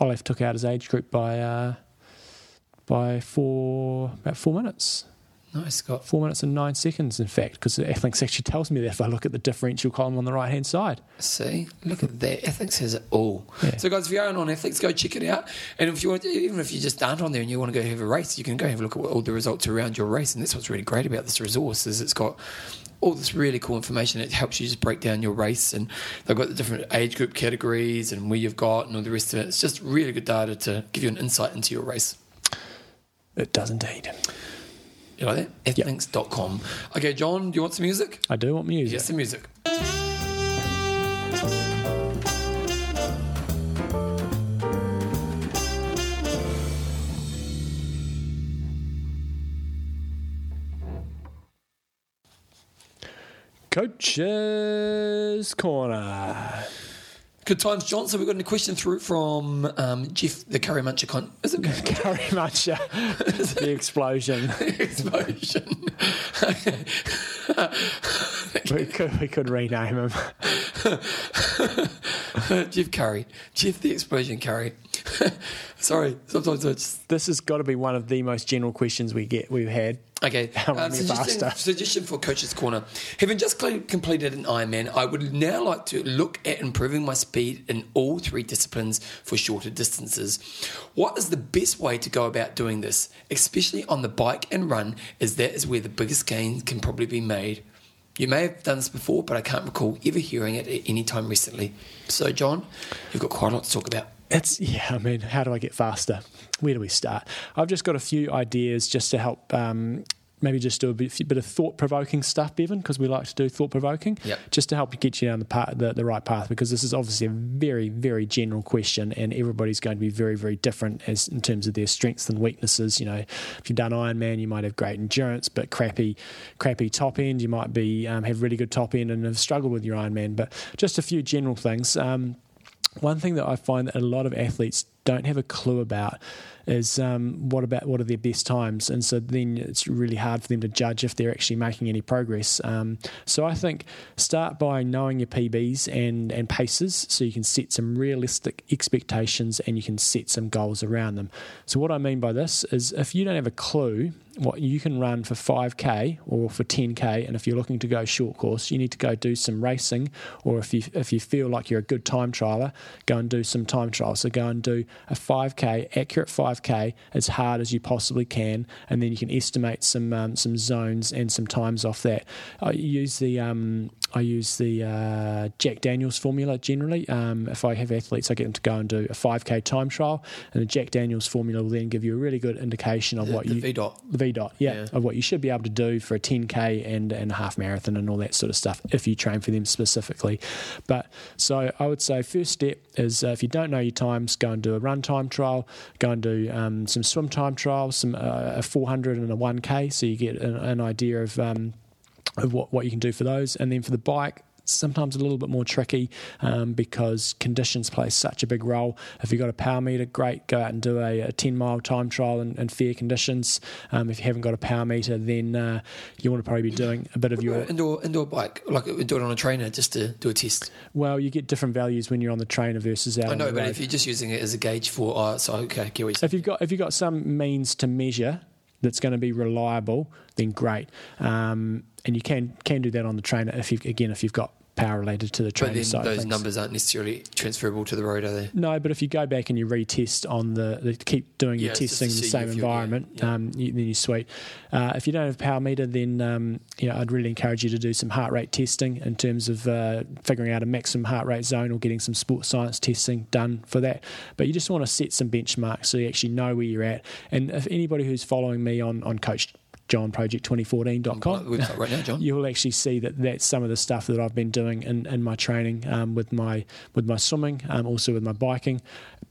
Olaf took out his age group by uh, by four about four minutes, Nice, Scott. four minutes and nine seconds, in fact, because the Athlinks actually tells me that if I look at the differential column on the right hand side. See, look at that. Ethics has it all. Yeah. So, guys, if you aren't on Ethics, go check it out. And if you want, even if you just aren't on there and you want to go have a race, you can go have a look at what, all the results around your race. And that's what's really great about this resource is it's got all this really cool information. It helps you just break down your race, and they've got the different age group categories and where you've got and all the rest of it. It's just really good data to give you an insight into your race. It does indeed. You like that? Ethlinks.com. Okay, John, do you want some music? I do want music. Here's some music. Coach's Corner. Good times, John. So we've got a question through from um, Jeff, the Curry Muncher con. Is it Gary Muncher. uh, the explosion. explosion? we, could, we could rename him. Jeff Curry, Jeff the explosion Curry. Sorry, sometimes I just This has got to be one of the most general questions we get we've had. Okay. How Uh, many suggestion, faster? suggestion for Coach's Corner. Having just cl- completed an Ironman, I would now like to look at improving my speed in all three disciplines for shorter distances. What is the best way to go about doing this, especially on the bike and run, as that is where the biggest gains can probably be made? You may have done this before, but I can't recall ever hearing it at any time recently. So, John, you've got quite a lot to talk about. It's yeah. I mean, how do I get faster? Where do we start? I've just got a few ideas just to help. Um, maybe just do a bit, few- bit of thought provoking stuff, Bevan, because we like to do thought provoking. Yep. Just to help you get you down the, path, the the right path, because this is obviously a very very general question, and everybody's going to be very very different as in terms of their strengths and weaknesses. You know, if you've done Ironman, you might have great endurance, but crappy crappy top end. You might be um, have really good top end and have struggled with your Ironman. But just a few general things. Um, one thing that I find that a lot of athletes don't have a clue about is um, what about what are their best times, and so then it's really hard for them to judge if they're actually making any progress. Um, so I think start by knowing your PBs and and paces, so you can set some realistic expectations and you can set some goals around them. So what I mean by this is if you don't have a clue what you can run for 5k or for 10k and if you're looking to go short course you need to go do some racing or if you if you feel like you're a good time trialer go and do some time trials so go and do a 5k accurate 5k as hard as you possibly can and then you can estimate some um, some zones and some times off that I use the um, I use the uh, Jack Daniels formula generally. Um, if I have athletes, I get them to go and do a 5K time trial, and the Jack Daniels formula will then give you a really good indication of The- what the you VDOT. the V dot, yeah, Yeah. of what you should be able to do for a 10k and and a half marathon and all that sort of stuff if you train for them specifically. But so I would say first step is uh, if you don't know your times, go and do a run time trial, go and do um, some swim time trials, some uh, a 400 and a 1k, so you get an, an idea of um, of what, what you can do for those. And then for the bike, sometimes a little bit more tricky um, because conditions play such a big role. If you've got a power meter, great, go out and do a, a 10 mile time trial in, in fair conditions. Um, if you haven't got a power meter, then uh, you want to probably be doing a bit of your. Indoor indoor bike, like we do it on a trainer just to do a test. Well, you get different values when you're on the trainer versus out. I on know, the Oh, but road. if you're just using it as a gauge for, oh, so okay, Kiwis. if you've got if you've got some means to measure that's going to be reliable, then great. Um, and you can can do that on the trainer if you again if you've got power related to the trainer But then side. of those things. numbers aren't necessarily transferable to the road, are they? No, but if you go back and you retest on the, the keep doing Yeah, your it's just testing in to the see same if you're- yeah, environment, yeah. Um, you, then you're sweet. Uh, if you don't have power meter, then um, you know, I'd really encourage you to do some heart rate testing in terms of uh, figuring out a maximum heart rate zone or getting some sports science testing done for that. But you just want to set some benchmarks so you actually know where you're at. And if anybody who's following me on on Coach John Project 2014.com, Like the website right now, John. you'll actually see that that's some of the stuff that I've been doing in, in my training um, with my with my swimming, um, also with my biking,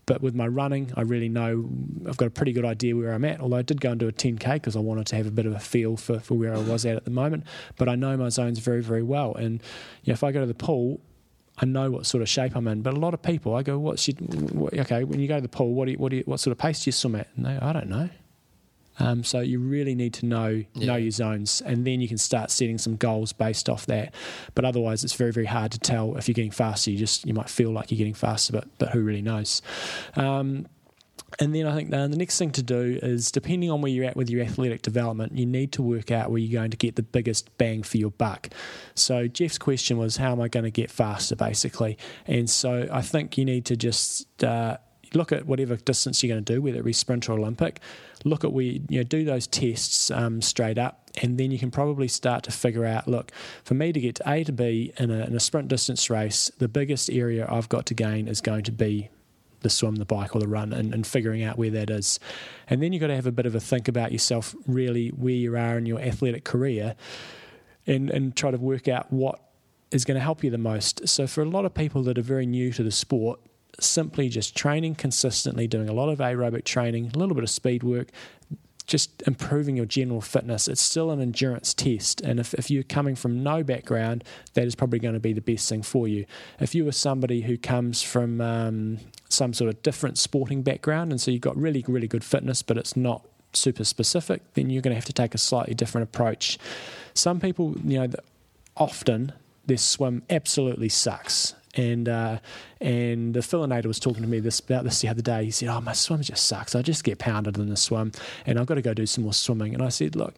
but with my running, I really know I've got a pretty good idea where I'm at. Although I did go and do a 10k because I wanted to have a bit of a feel for, for where I was at at the moment, but I know my zones very very well, and you know, if I go to the pool. I know what sort of shape I'm in, but a lot of people, I go, "What's your what, okay?" When you go to the pool, what do you, what do you, what sort of pace do you swim at? And they, I don't know. Um, so you really need to know know Yeah. your zones, and then you can start setting some goals based off that. But otherwise, it's very very hard to tell if you're getting faster. You just you might feel like you're getting faster, but but who really knows? Um, and then I think uh, the next thing to do is, depending on where you're at with your athletic development, you need to work out where you're going to get the biggest bang for your buck. So Jeff's question was, how am I going to get faster, basically? And so I think you need to just uh, look at whatever distance you're going to do, whether it be sprint or Olympic. Look at where you know do those tests um, straight up and then you can probably start to figure out look for me to get to a to b in a, in a sprint distance race the biggest area i've got to gain is going to be the swim the bike or the run and, and figuring out where that is and then you've got to have a bit of a think about yourself really where you are in your athletic career and, and try to work out what is going to help you the most. So, for a lot of people that are very new to the sport, simply just training consistently, doing a lot of aerobic training, a little bit of speed work, just improving your general fitness. It's still an endurance test. And if, if you're coming from no background, that is probably going to be the best thing for you. If you were somebody who comes from um, some sort of different sporting background, and so you've got really, really good fitness, but it's not super specific, then you're going to have to take a slightly different approach. Some people, you know, th- often their swim absolutely sucks. And uh, and the Philinator was talking to me this about this the other day. He said, "Oh, my swim just sucks. I just get pounded in the swim, and I've got to go do some more swimming." And I said, "Look,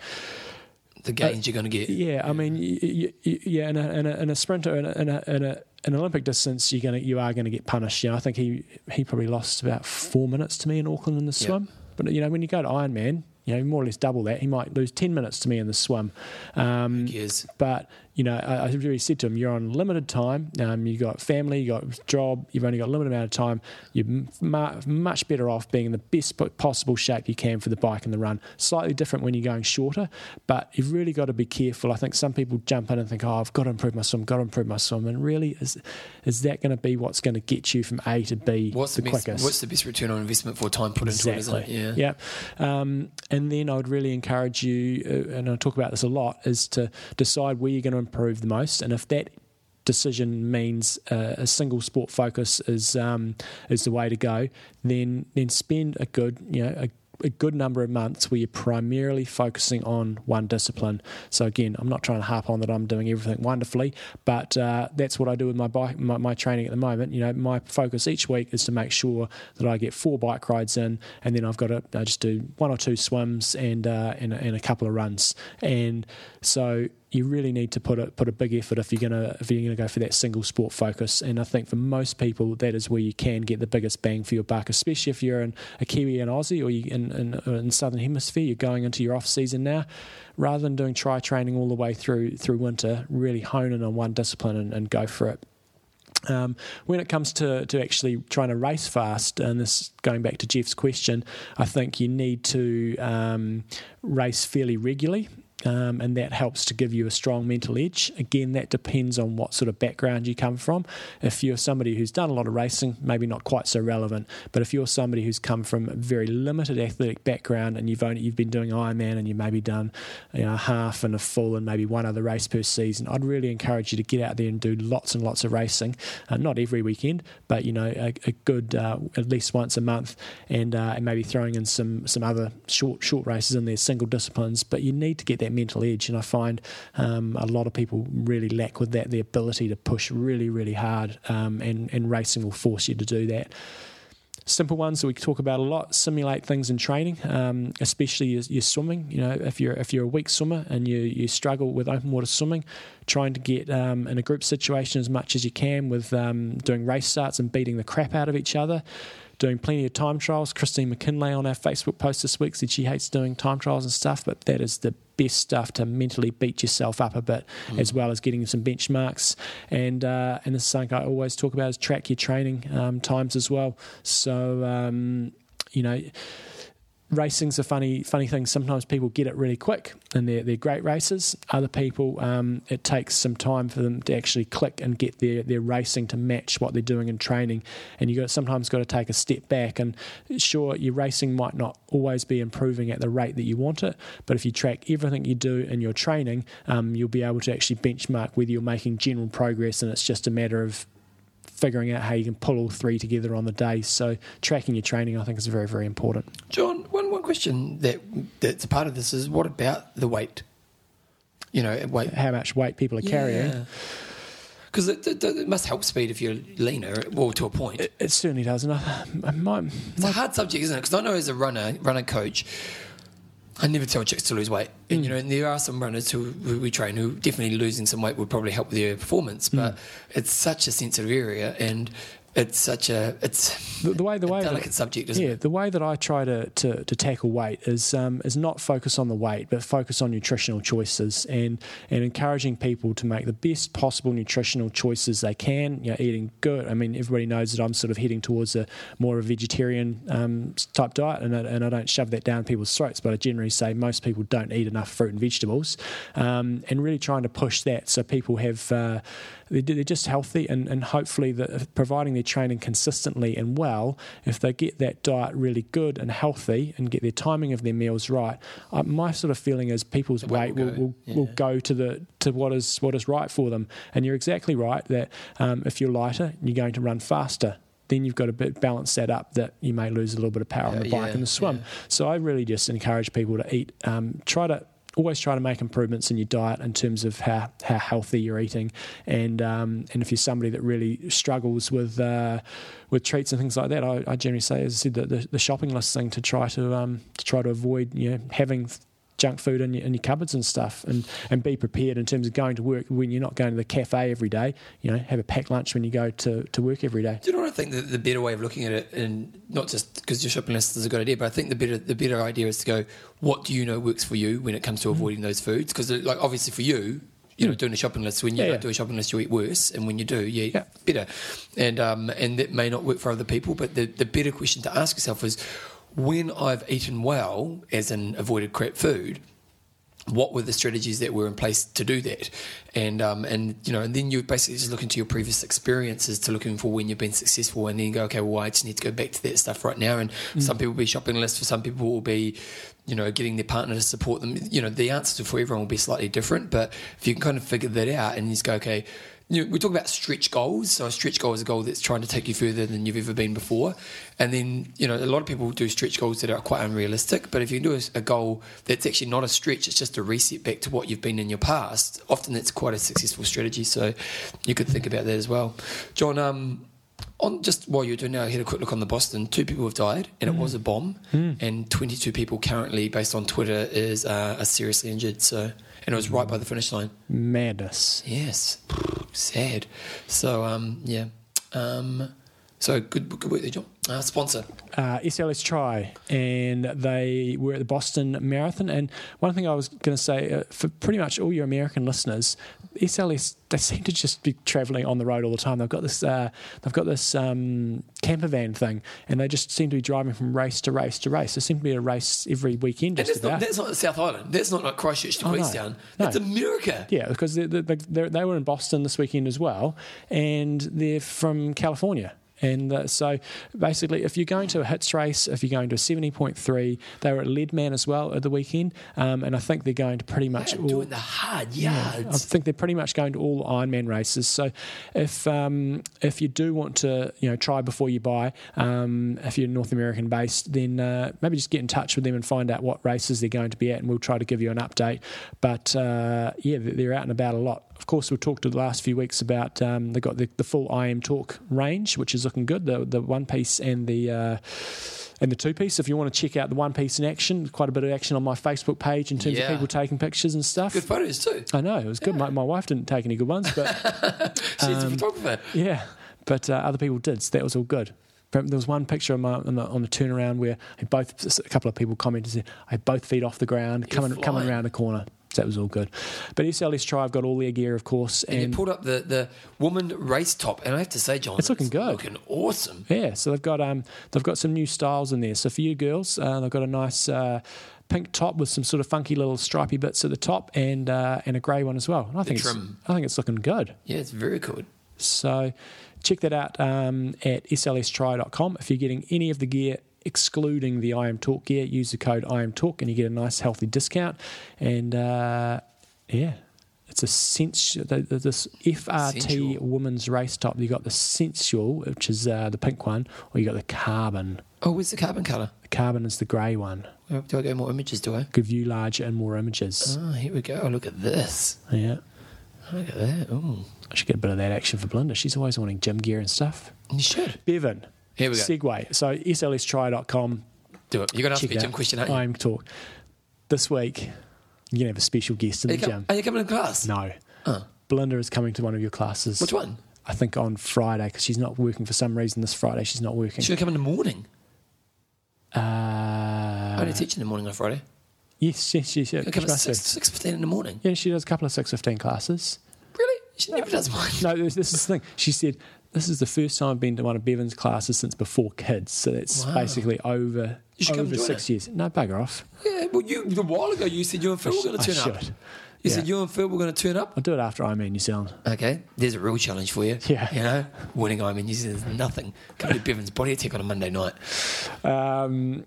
The gains you're going to get. yeah, I mean, y- y- y- yeah, in a, in a, in a sprinter in a, in a, in a an Olympic distance, you're gonna you are gonna get punished. You know, I think he he probably lost about four minutes to me in Auckland in the Yeah. swim. But you know, when you go to Ironman, you know, more or less double that. He might lose ten minutes to me in the swim. Um, Gears. but you know, I, I really said to him, "You're on limited time. Um, you got family, you got job. You've only got a limited amount of time. You're m- mu- much better off being in the best po- possible shape you can for the bike and the run. Slightly different when you're going shorter, but you've really got to be careful. I think some people jump in and think, "Oh, I've got to improve my swim. Got to improve my swim." And really, is is that going to be what's going to get you from A to B What's the, the, best, quickest? what's the best return on investment for time put into it? Isn't it? Yeah. Yeah. Um, and then I would really encourage you, uh, and I talk about this a lot, is to decide where you're going to improve the most, and if that decision means uh, a single sport focus is um, is the way to go, then then spend a good you know. A, a good number of months where you're primarily focusing on one discipline. So again, I'm not trying to harp on that I'm doing everything wonderfully, but uh, that's what I do with my bike, my, my training at the moment. You know, my focus each week is to make sure that I get four bike rides in, and then I've got to I uh, just do one or two swims and uh, and, and a couple of runs. And so you really need to put a put a big effort if you're gonna if you're gonna go for that single sport focus. And I think for most people, that is where you can get the biggest bang for your buck, especially if you're in a Kiwi and Aussie or you in in, in Southern Hemisphere. You're going into your off season now, rather than doing try training all the way through through winter. Really hone in on one discipline and, and go for it. Um, when it comes to, to actually trying to race fast, and this going back to Jeff's question, I think you need to um, race fairly regularly. Um, and that helps to give you a strong mental edge. Again, that depends on what sort of background you come from. If you're somebody who's done a lot of racing, maybe not quite so relevant. But if you're somebody who's come from a very limited athletic background and you've only you've been doing Ironman and you've maybe done you know, a half and a full and maybe one other race per season, I'd really encourage you to get out there and do lots and lots of racing. Uh, not every weekend, but you know a, a good uh, at least once a month, and uh, and maybe throwing in some some other short short races in there, single disciplines. But you need to get that mental edge. And I find um, a lot of people really lack with that the ability to push really, really hard, um, and, and racing will force you to do that. Simple ones that we talk about a lot: simulate things in training, um, especially your, your swimming. You know, if you're if you're a weak swimmer and you you struggle with open water swimming, trying to get um, in a group situation as much as you can with um, doing race starts and beating the crap out of each other doing plenty of time trials. Christine McKinley on our Facebook post this week said she hates doing time trials and stuff, but that is the best stuff to mentally beat yourself up a bit, mm. as well as getting some benchmarks. And uh, and this is something I always talk about is track your training um, times as well. So um, you know racing's a funny funny thing. Sometimes people get it really quick and they're they're great races. Other people, um, it takes some time for them to actually click and get their their racing to match what they're doing in training. And you got sometimes got to take a step back. And sure, your racing might not always be improving at the rate that you want it, but if you track everything you do in your training, um, you'll be able to actually benchmark whether you're making general progress. And it's just a matter of figuring out how you can pull all three together on the day. So tracking your training, I think, is very, very important. John, one one question that that's a part of this is what about the weight? You know, weight. How much weight people are carrying. Because it, it, it must help speed if you're leaner, well, to a point. It, it certainly does. And I, I might, It's a hard subject, isn't it? Because I know as a runner, runner coach, I never tell chicks to lose weight, and Mm. you know, and there are some runners who, who we train who definitely losing some weight would probably help with their performance, Mm. but it's such a sensitive area, and it's such a it's the, the way the a way that- delicate subject, isn't yeah, it? the way that I try to, to, to tackle weight is um, is not focus on the weight, but focus on nutritional choices and and encouraging people to make the best possible nutritional choices they can. You know, eating good. I mean, everybody knows that I'm sort of heading towards a more of a vegetarian um, type diet, and I, and I don't shove that down people's throats, but I generally say most people don't eat enough fruit and vegetables, um, and really trying to push that so people have. Uh, they're they're just healthy and, and hopefully that providing their training consistently and well, if they get that diet really good and healthy and get their timing of their meals right, uh, my sort of feeling is people's weight weight will, will will, go, will, go to the to what is what is right for them. And you're exactly right that um, if you're lighter, you're going to run faster. Then you've got to bit- balance that up that you may lose a little bit of power on the Yeah, bike and the swim. yeah. So I really just encourage people to eat. Um, try to always try to make improvements in your diet in terms of how, how healthy you're eating, and um, and if you're somebody that really struggles with uh, with treats and things like that, I, I generally say, as I said, the, the, the shopping list thing to try to um, to try to avoid you know having. Junk food in your, in your cupboards and stuff, and, and be prepared in terms of going to work when you're not going to the cafe every day. You know, have a packed lunch when you go to, to work every day. Do you know what I think? The, the better way of looking at it, and not just because your shopping list is a good idea, but I think the better the better idea is to go, what do you know works for you when it comes to Mm-hmm. avoiding those foods? Because like obviously for you, you know, doing a shopping list when you Mm. Yeah, don't yeah. do a shopping list, you eat worse, and when you do, you eat Yeah. better, and um, and that may not work for other people. But the the better question to ask yourself is, when I've eaten well, as in avoided crap food, what were the strategies that were in place to do that, and um, and you know, and then you basically just look into your previous experiences to looking for when you've been successful, and then go, okay, well, I just need to go back to that stuff right now. And some people will be shopping lists, for some people will be, you know, getting their partner to support them. You know, the answer for everyone will be slightly different, but if you can kind of figure that out and you just go, okay. You know, we talk about stretch goals. So a stretch goal is a goal that's trying to take you further than you've ever been before. And then, you know, a lot of people do stretch goals that are quite unrealistic. But if you do a, a goal that's actually not a stretch, it's just a reset back to what you've been in your past, often that's quite a successful strategy. So you could think about that as well. John, um, on just while you were doing that, I had a quick look on the Boston. Two people have died, and it was a bomb. And 22 people currently, based on Twitter, is uh, are seriously injured. So, and it was right by the finish line. Madness. Yes, sad. So, um, yeah. Um, so good, good work there, John. Uh, sponsor. uh, SLS Try, and they were at the Boston Marathon. And one thing I was going to say uh, for pretty much all your American listeners, SLS they seem to just be traveling on the road all the time. They've got this, uh, they've got this um, camper van thing, and they just seem to be driving from race to race to race. There seemed to be a race every weekend. And Just that's not, about. that's not South Island. That's not like Christchurch to Oh, no. Queenstown. No. That's America. Yeah, because they, they, they, they were in Boston this weekend as well, and they're from California. And uh, so basically, if you're going to a hits race, if you're going to a 70.3, they were at Leadman as well at the weekend. Um, and I think they're going to pretty much all. Doing the hard yards. I think they're pretty much going to all Ironman races. So, if um, if you do want to, you know, try before you buy, um, if you're North American based, then uh, maybe just get in touch with them and find out what races they're going to be at, and we'll try to give you an update. But uh, yeah, they- they're out and about a lot. Of course, we've talked the last few weeks about um, they got the, the full I Am Talk range, which is looking good. The the one piece and the uh, and the two piece. If you want to check out the one piece in action, quite a bit of action on my Facebook page in terms Yeah. of people taking pictures and stuff. Good photos too. I know it was good. My, my wife didn't take any good ones, but She's Um, a photographer. yeah, but uh, other people did. So that was all good. But There was one picture on, my, on, the, on the turnaround where I both a couple of people commented, said, "I had both feet off the ground, coming coming flying. around a corner." So that was all good. But SLS Try, I've got all their gear, of course, And and you pulled up the, the woman race top, and I have to say, John, It's looking good. looking awesome. Yeah, so they've got um they've got some new styles in there. So for you girls, uh, they've got a nice uh, pink top with some sort of funky little stripy bits at the top, and uh, and a grey one as well. And I think it's, trim. I think it's looking good. Yeah, it's very good. So check that out um, at slstry.com. If you're getting any of the gear excluding the I Am Talk gear, use the code I Am Talk and you get a nice healthy discount. And uh, yeah. It's a sensual, this FRT Sensual. women's race top. You got the sensual, which is uh, the pink one, or you got the carbon. Oh, where's the carbon colour? The carbon is the grey one. Where- Do I go more images? Do I? Could view larger and more images. Oh, here we go. Oh, look at this. Yeah, Look at that. Oh, I should get a bit of that action for Belinda. She's always wanting gym gear and stuff. you should Bevan. Here we go. Segway. So slstry.com. do it. You're gonna ask Check me a it gym out. question, eh? aren't you? I'm talk. This week, you're gonna have a special guest in Are you, the com- gym. are you coming to class? No, Oh. Belinda is coming to one of your classes. Which one? I think on Friday because she's not working for some reason. This Friday she's not working. She's gonna come in the morning. I Uh, only teach in the morning on Friday. yes, yes, yes, yes. I come she at must six do. six fifteen in the morning. Yeah, she does a couple of six fifteen classes. Really? She never does mine. No, this this is the thing. She said this is the first time I've been to one of Bevan's classes since before kids. So that's Wow. basically over You should come over join six her. years. No, bugger off. Yeah. Well, you a while ago you said you and Phil were gonna I turn up. should. You Yeah. said you and Phil were gonna turn up. I'll do it after Ironman New Zealand. Okay, there's a real challenge for you. Yeah. You know, winning I mean, there's nothing. Come to Bevan's body attack on a Monday night. Um,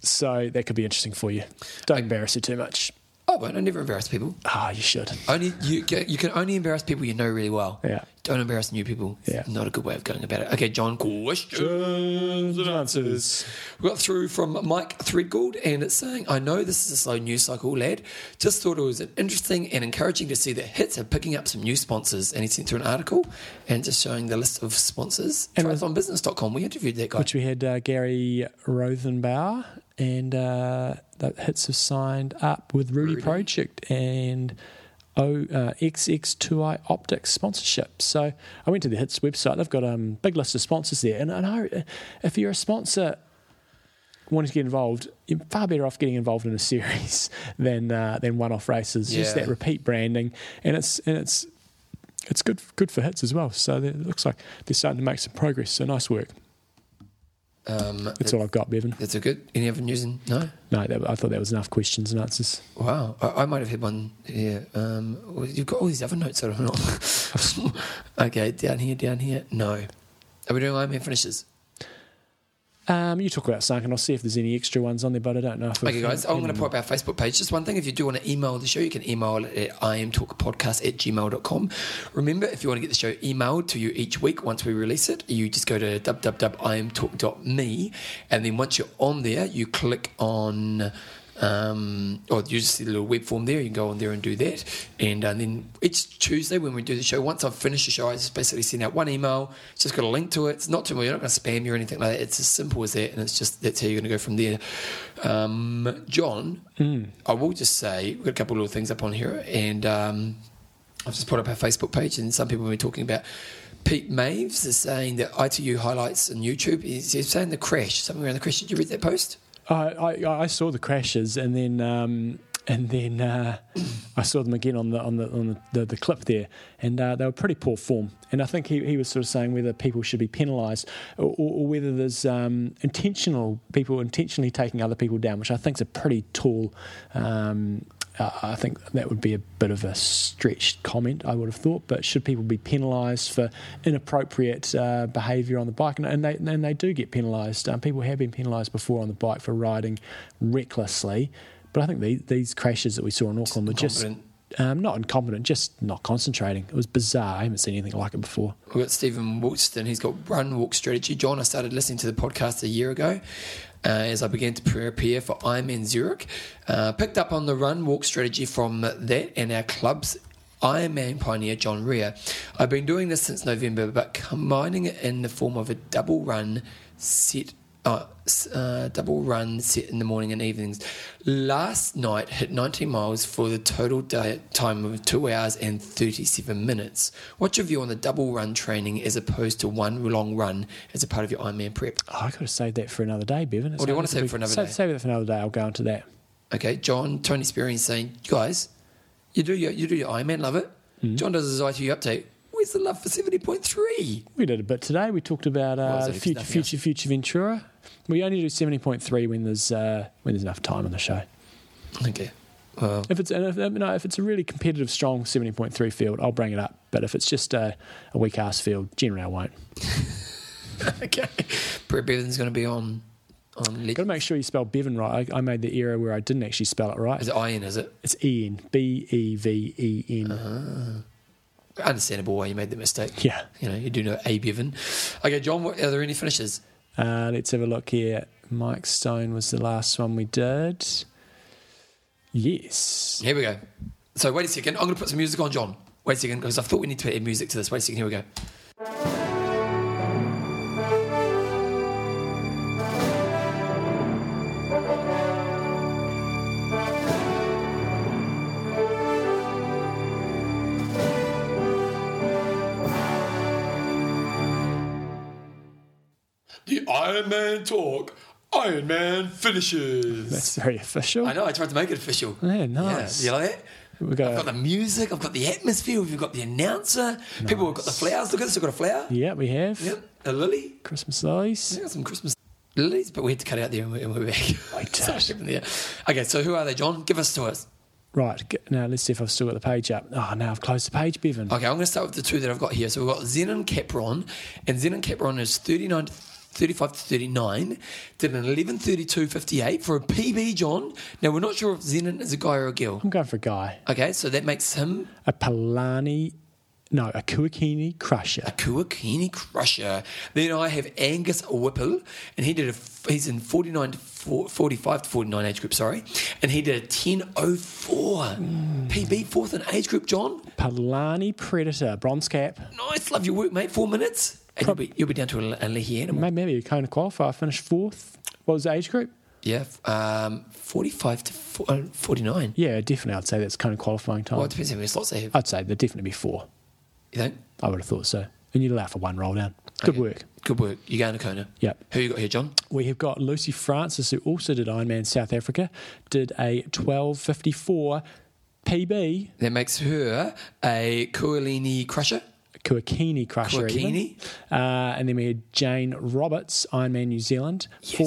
so that could be interesting for you. Don't embarrass her too much. I won't. Oh, I never embarrass people. Ah, you should. Only you, you can only embarrass people you know really well. Yeah. Don't embarrass new people. It's Yeah. Not a good way of going about it. Okay, John, question. We got through from Mike Threadgold, and it's saying, I know this is a slow news cycle, lad. Just thought it was interesting and encouraging to see that Hits are picking up some new sponsors. And he sent through an article and just showing the list of sponsors. And And was- Triathlonbusiness.com. We interviewed that guy. Which we had uh, Gary Rothenbauer and uh, the hits have signed up with Rudy, Project and o, uh, XX2i Optics sponsorship. So I went to the hits website. They've got a um, big list of sponsors there. And, and I, if you're a sponsor, wanting to get involved, you're far better off getting involved in a series than uh, than one-off races. Just Yeah. that repeat branding, and it's and it's it's good good for hits as well. So there- it looks like they're starting to make some progress. So nice work. um, That's all I've got, Bevan. That's a good. Any other news? In, no. No, that, I thought that was enough questions and answers. Wow. I, I might have had one here. Um, well, you've got all these other notes that I'm not. okay, down here, down here. No. Are we doing Iron Man finishes? Um, you talk about Sark, and I'll see if there's any extra ones on there, but I don't know if. Okay, guys, I'm going to pop our Facebook page. Just one thing, if you do want to email the show, you can email it at imtalkpodcast at gmail.com. Remember, if you want to get the show emailed to you each week once we release it, you just go to www.imtalk.me. And then once you're on there, you click on Um, or you just see the little web form there. You can go on there and do that. And, uh, then each Tuesday when we do the show, once I've finished the show, I just basically send out one email. It's just got a link to it. It's not too much. You're not going to spam you or anything like that. It's as simple as that. And it's just that's how you're going to go from there. Um, John, I will just say we've got a couple of little things up on here. And um, I've just put up our Facebook page, and some people have been talking about Pete Maves is saying that ITU highlights on YouTube. He's, he's saying the crash, something around the crash. Did you read that post? I, I, I saw the crashes and then um, and then uh, I saw them again on the on the on the, the, the clip there, and uh, they were pretty poor form. And I think he, he was sort of saying whether people should be penalised or, or, or whether there's um, intentional people intentionally taking other people down, which I think is a pretty tall. Um, uh, I think that would be a bit of a stretched comment, I would have thought. But should people be penalised for inappropriate uh, behaviour on the bike? And, and they and they do get penalised. Um, people have been penalised before on the bike for riding recklessly. But I think the, these crashes that we saw in Auckland were just Incompetent. um, not incompetent, just not concentrating. It was bizarre. I haven't seen anything like it before. We've got Stephen Woolston. He's got Run Walk Strategy. John, I started listening to the podcast a year ago uh, as I began to prepare for Ironman Zurich. Uh, picked up on the Run Walk Strategy from that and our club's Ironman pioneer, John Rea. I've been doing this since November, but combining it in the form of a double run set uh, s- uh, double run set in the morning and evenings. Last night hit 19 miles for the total day, time of two hours and 37 minutes. What's your view on the double run training as opposed to one long run as a part of your Ironman prep? Oh, I could have saved that for another day, Bevan. Or do you want to save it for another save, day? Save it for another day. I'll go into that. Okay, John, Tony Sperry is saying, you guys, you do your, you do your Ironman, love it. John does his ITU update. Where's the love for 70.3? We did a bit today. We talked about was uh, it? Nothing future, else. future, future Ventura. We only do seventy point three when there's uh, when there's enough time on the show. Okay. Well, If it's and if, um, no, if it's a really competitive, strong seventy point three field, I'll bring it up. But if it's just a, a weak ass field, generally I won't. okay. Brett Bevan's going to be on. on Got to make sure you spell Bevan right. I, I made the error where I didn't actually spell it right. is it Iron, is it? It's E N B E V E N. Uh-huh. understandable why you made the mistake. Yeah. You know, you do know A Bevan. Okay, John, what, are there any finishes? Uh, let's have a look here. Mike Stone was the last one we did. Yes. Here we go. So, wait a second. I'm going to put some music on, John. Wait a second, because I thought we need to add music to this. Wait a second, here we go. The Iron Man talk, Iron Man finishes. That's very official. I know, I tried to make it official. Yeah, nice. you like that? We got I've a- got the music, I've got the atmosphere, we've got the announcer, people have got the flowers. Look at this, I've got a flower. Yeah, we have. Yep, a lily. Christmas lilies. I got some Christmas lilies, but we had to cut out there and we're, and we're back. did. So it's in there. Okay, so who are they, John? Give us to us. Right, g- now let's see if I've still got the page up. Oh, now I've closed the page, Bevan. Okay, I'm going to start with the two that I've got here. So we've got Zenon Capron, and Zenon Capron is 39 to 35 to 39, did an 11.32.58 for a PB, John. Now, we're not sure if Zenon is a guy or a girl. I'm going for a guy. Okay, so that makes him A Palani, no, a Kuakini Crusher. Kuakini Crusher. Then I have Angus Whipple, and he did a he's in 49 to 4, 45 to 49 age group, sorry, and he did a 1004 PB fourth in age group. John, Palani Predator, bronze cap. nice, love your work, mate. Four minutes, and you'll be, you'll be down to a, a leahy animal. May- Maybe you kind of qualify. I finished fourth. What was the age group? Yeah, f- um, 45 to 4, uh, 49. Yeah, definitely. I'd say that's kind of qualifying time. Well, it depends how many slots they have. I'd say there'd definitely be four. You think? I would have thought so. And you'd allow for one roll down. Good Okay. work. Good work. You going to Kona? Yep. Who you got here, John? We have got Lucy Francis, who also did Ironman South Africa, did a 12.54 PB, That makes her a Kualini Crusher. Kuakini Crusher. even. Kuakini? Uh, and then we had Jane Roberts, Ironman New Zealand, Yes.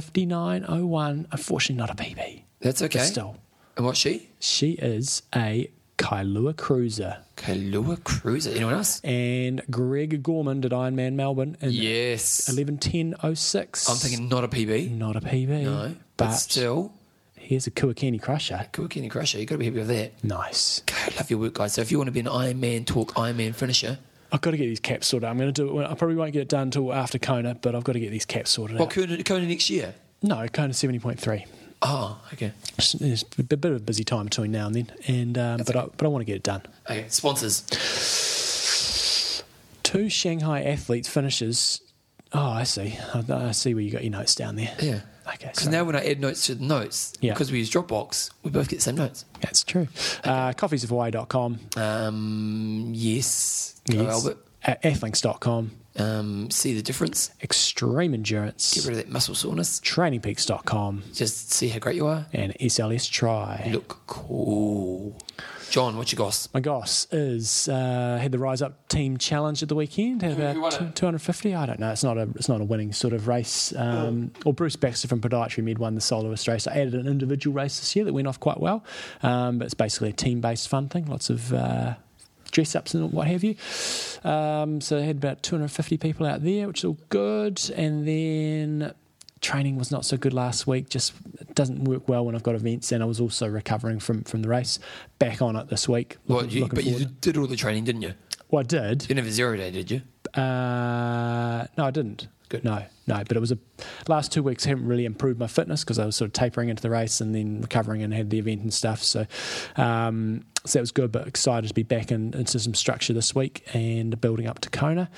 14.59.01. Unfortunately, not a PB. That's okay. still. And what's she? She is a Kailua Cruiser. Kailua Cruiser. Anyone else? And Greg Gorman did Ironman Melbourne in Yes. 11.10.06. I'm thinking not a PB. Not a PB. No. But, But still, here's a Kuakini crusher. Kuakini Crusher. You've got to be happy with that. Nice. God, I love your work, guys. So if you want to be an Iron Man talk, Iron Man finisher, I've got to get these caps sorted. out. I'm going to do it. When, I probably won't get it done until after Kona, but I've got to get these caps sorted well, out. Kona, Kona next year. No, Kona 70.3. Oh, okay. It's, it's a bit bit of a busy time between now and then, and um, but I, but I want to get it done. Okay, sponsors. Two Shanghai athletes finishes. Oh, I see. I, I see where you got your notes down there. Yeah. Okay. Because sorry. now when I add notes to the notes, Yeah. because we use Dropbox, we both get the same notes. That's true. Uh, coffeesofhawaii.com, Um, yes. Go yes. Albert. A- athlinks.com, Um, see the difference. extreme endurance, Get rid of that muscle soreness. trainingpeaks.com, Just see how great you are. and SLS try. Look cool. John, what you got? My goss is uh, had the Rise Up Team Challenge at the weekend. Had who won about it? two hundred fifty. I don't know. It's not a it's not a winning sort of race. Oh. Um, Or Bruce Baxter from Podiatry Med won the soloist race. I added an individual race this year that went off quite well. Um, but it's basically a team based fun thing. Lots of uh, dress ups and what have you. Um, so I had about two hundred fifty people out there, which is all good. And then training was not so good last week. Just it doesn't work well when I've got events, and I was also recovering from from the race. Back on it this week. Well, Looking- you, looking but you forward. did all the training, didn't you? You Well, I did. didn't have a zero day, did you? Uh, no, I didn't. Good. No, no. But it was a last two weeks. haven't really improved my fitness because I was sort of tapering into the race and then recovering and had the event and stuff. So, um, so that was good. But excited to be back in, into some structure this week and building up to Kona.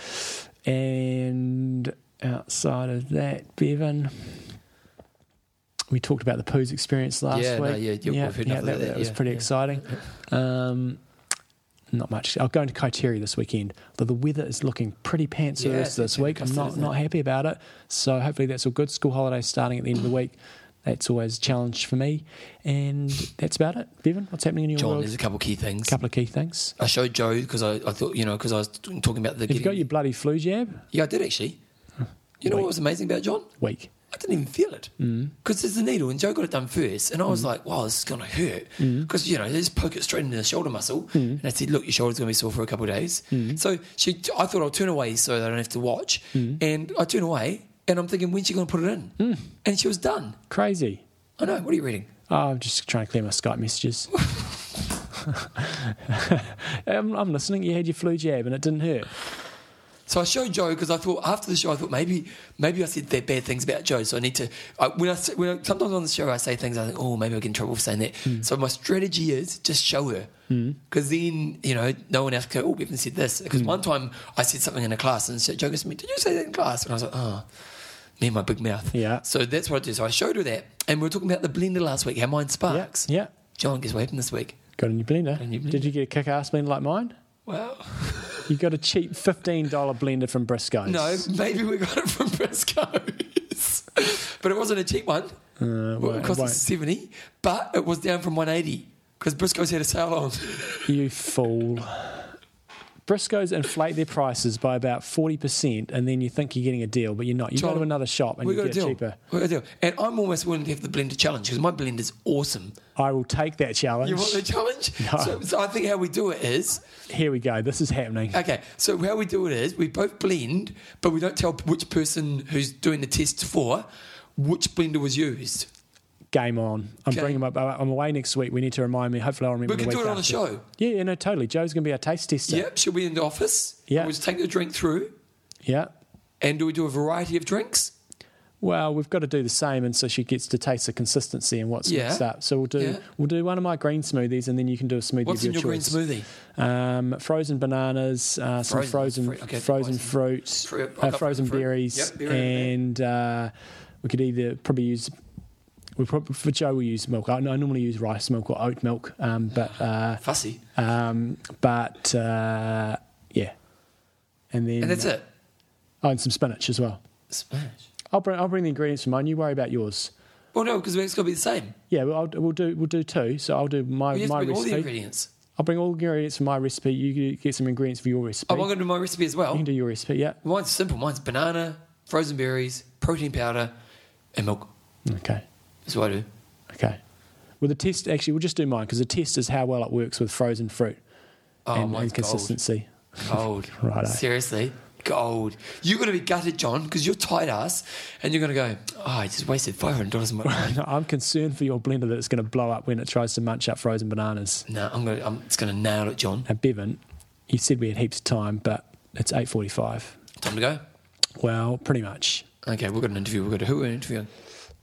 And outside of that, Bevan. We talked about the poos experience last Yeah, no, week. yeah, yeah, we've heard enough yeah, of that, that, that was yeah, pretty yeah. exciting. Um, not much. I'll go into Kaiteri this weekend. Though the weather is looking pretty pants Yeah, loose it's this week. I'm busted, not isn't not it? happy about it. So hopefully that's all good. School holidays starting at the end of the week. That's always a challenge for me. And that's about it. Bevan, what's happening in your John, world? there's a couple key things. a couple of key things. I showed Joe because I, I thought, you know, because I was talking about the. Have you Getting, got your bloody flu jab? yeah, I did actually. You know what was amazing about John? Week. I didn't even feel it Mm. because there's a needle, and Joe got it done first, and I was like, "Wow, this is gonna hurt," Mm. because you know they just poke it straight into the shoulder muscle, and I said, "Look, your shoulder's gonna be sore for a couple of days." Mm. So she, I thought I'll turn away so that I don't have to watch, and I turn away, and I'm thinking, "When's she gonna put it in?" Mm. And she was done. Crazy. I know. What are you reading? Oh, I'm just trying to clear my Skype messages. I'm, I'm listening. You had your flu jab and it didn't hurt. So I showed Joe because I thought after the show I thought maybe maybe I said that bad things about Joe, so I need to. I, when I s- when I, sometimes on the show I say things I think oh maybe I'll get in trouble for saying that. Hmm. So my strategy is just show her because then you know no one else can. go, Oh, we haven't said this because Hmm. one time I said something in a class and so Joe goes to me, "Did you say that in class?" And I was like, "Oh." Me and my big mouth. Yeah. So that's what I do. So I showed her that. And we were talking about the blender last week, how mine Yeah. sparks. Yeah. John, guess what happened this week? Got a new blender. new blender. Did you get a kick ass blender like mine? Well, You got a cheap fifteen dollar blender from Briscoe's. No, maybe we got it from Briscoe's. but it wasn't a cheap one. Uh, Well, well, it it cost won't- us 70, but it was down from 180 because Briscoe's had a sale on. you fool. Briscoe's inflate their prices by about forty percent, and then you think you're getting a deal, but you're not. You go John, to another shop and we you got a get it deal. cheaper. We got a deal. And I'm almost willing to have the blender challenge because my blender's awesome. I will take that challenge. You want the challenge? No. So, so I think how we do it is Here we go. This is happening. okay. So how we do it is we both blend, but we don't tell which person who's doing the test for which blender was used. Game on. I'm Okay. bringing my. uh, I'm away next week. We need to remind me. Hopefully, I'll remember. We the can week do it on the after. show. Yeah, yeah, no, totally. Joe's going to be our taste tester. Yep, she'll be in the office. Yeah. We'll just take the drink through. Yeah. And do we do a variety of drinks? Well, we've got to do the same, and so she gets to taste the consistency and what's Yeah. mixed up. So we'll do Yeah. we'll do one of my green smoothies, and then you can do a smoothie. What's of in your green choice. smoothie? Um, frozen bananas, uh, some Frozen frozen frozen, fruit, okay, fruit, Fruit, uh, I've got frozen fruit. berries, Yep, berry and uh, we could either probably use. We probably, for Joe, we use milk. I, I normally use rice milk or oat milk, um, but uh, Fussy. um, but uh, yeah, and then And that's it. Oh, and some spinach as well. Smash. I'll bring I'll bring the ingredients for mine. You worry about yours. Well, no, because it's got to be the same. Yeah, well, I'll, we'll do we'll do two. So I'll do my You have Oh, my to bring all the recipe. ingredients. I'll bring all the ingredients for my recipe. You get some ingredients for your recipe. Oh, I'm going to do my recipe as you well. can do your recipe. Yeah. Mine's simple. Mine's banana, frozen berries, protein powder, and milk. Okay. That's what I do. Okay. Well, the test actually we'll just do mine because the test is how well it works with frozen fruit Oh, and, eh? mine's and consistency. gold. Gold. Righto. Seriously, gold. You're going to be gutted, John, because you're tight ass, and you're going to go, oh, I just wasted $500 in my life. No, I'm concerned for your blender that it's going to blow up when it tries to munch up frozen bananas. no, I'm going to, I'm just going to nail it, John. Now, Bevan, you said we had heaps of time, but it's eight forty-five. Time to go. Well, pretty much. Okay, we've got an interview. We've got a, who we're interviewing.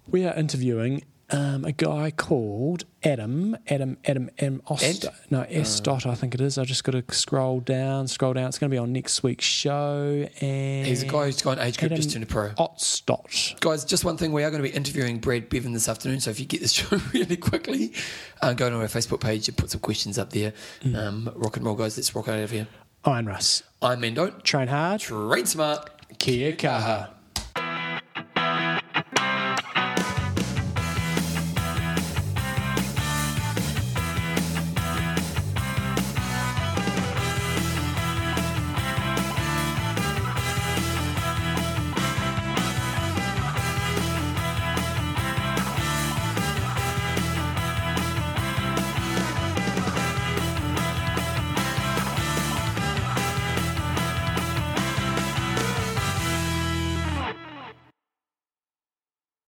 We are interviewing um, a guy called Adam, Adam, Adam, Adam Ost, Ed? Uh. no S dot, I think it is. I just got to scroll down, scroll down. It's going to be on next week's show, and He's a guy who's got an age group just turned a pro. Otstot. Guys, just one thing. We are going to be interviewing Brad Bevan this afternoon. So if you get this show really quickly, uh, go to our Facebook page and put some questions up there. Um, rock and roll, guys. Let's rock out of here. Iron Russ, I'm Mendo. train hard, Train smart. Kia kaha.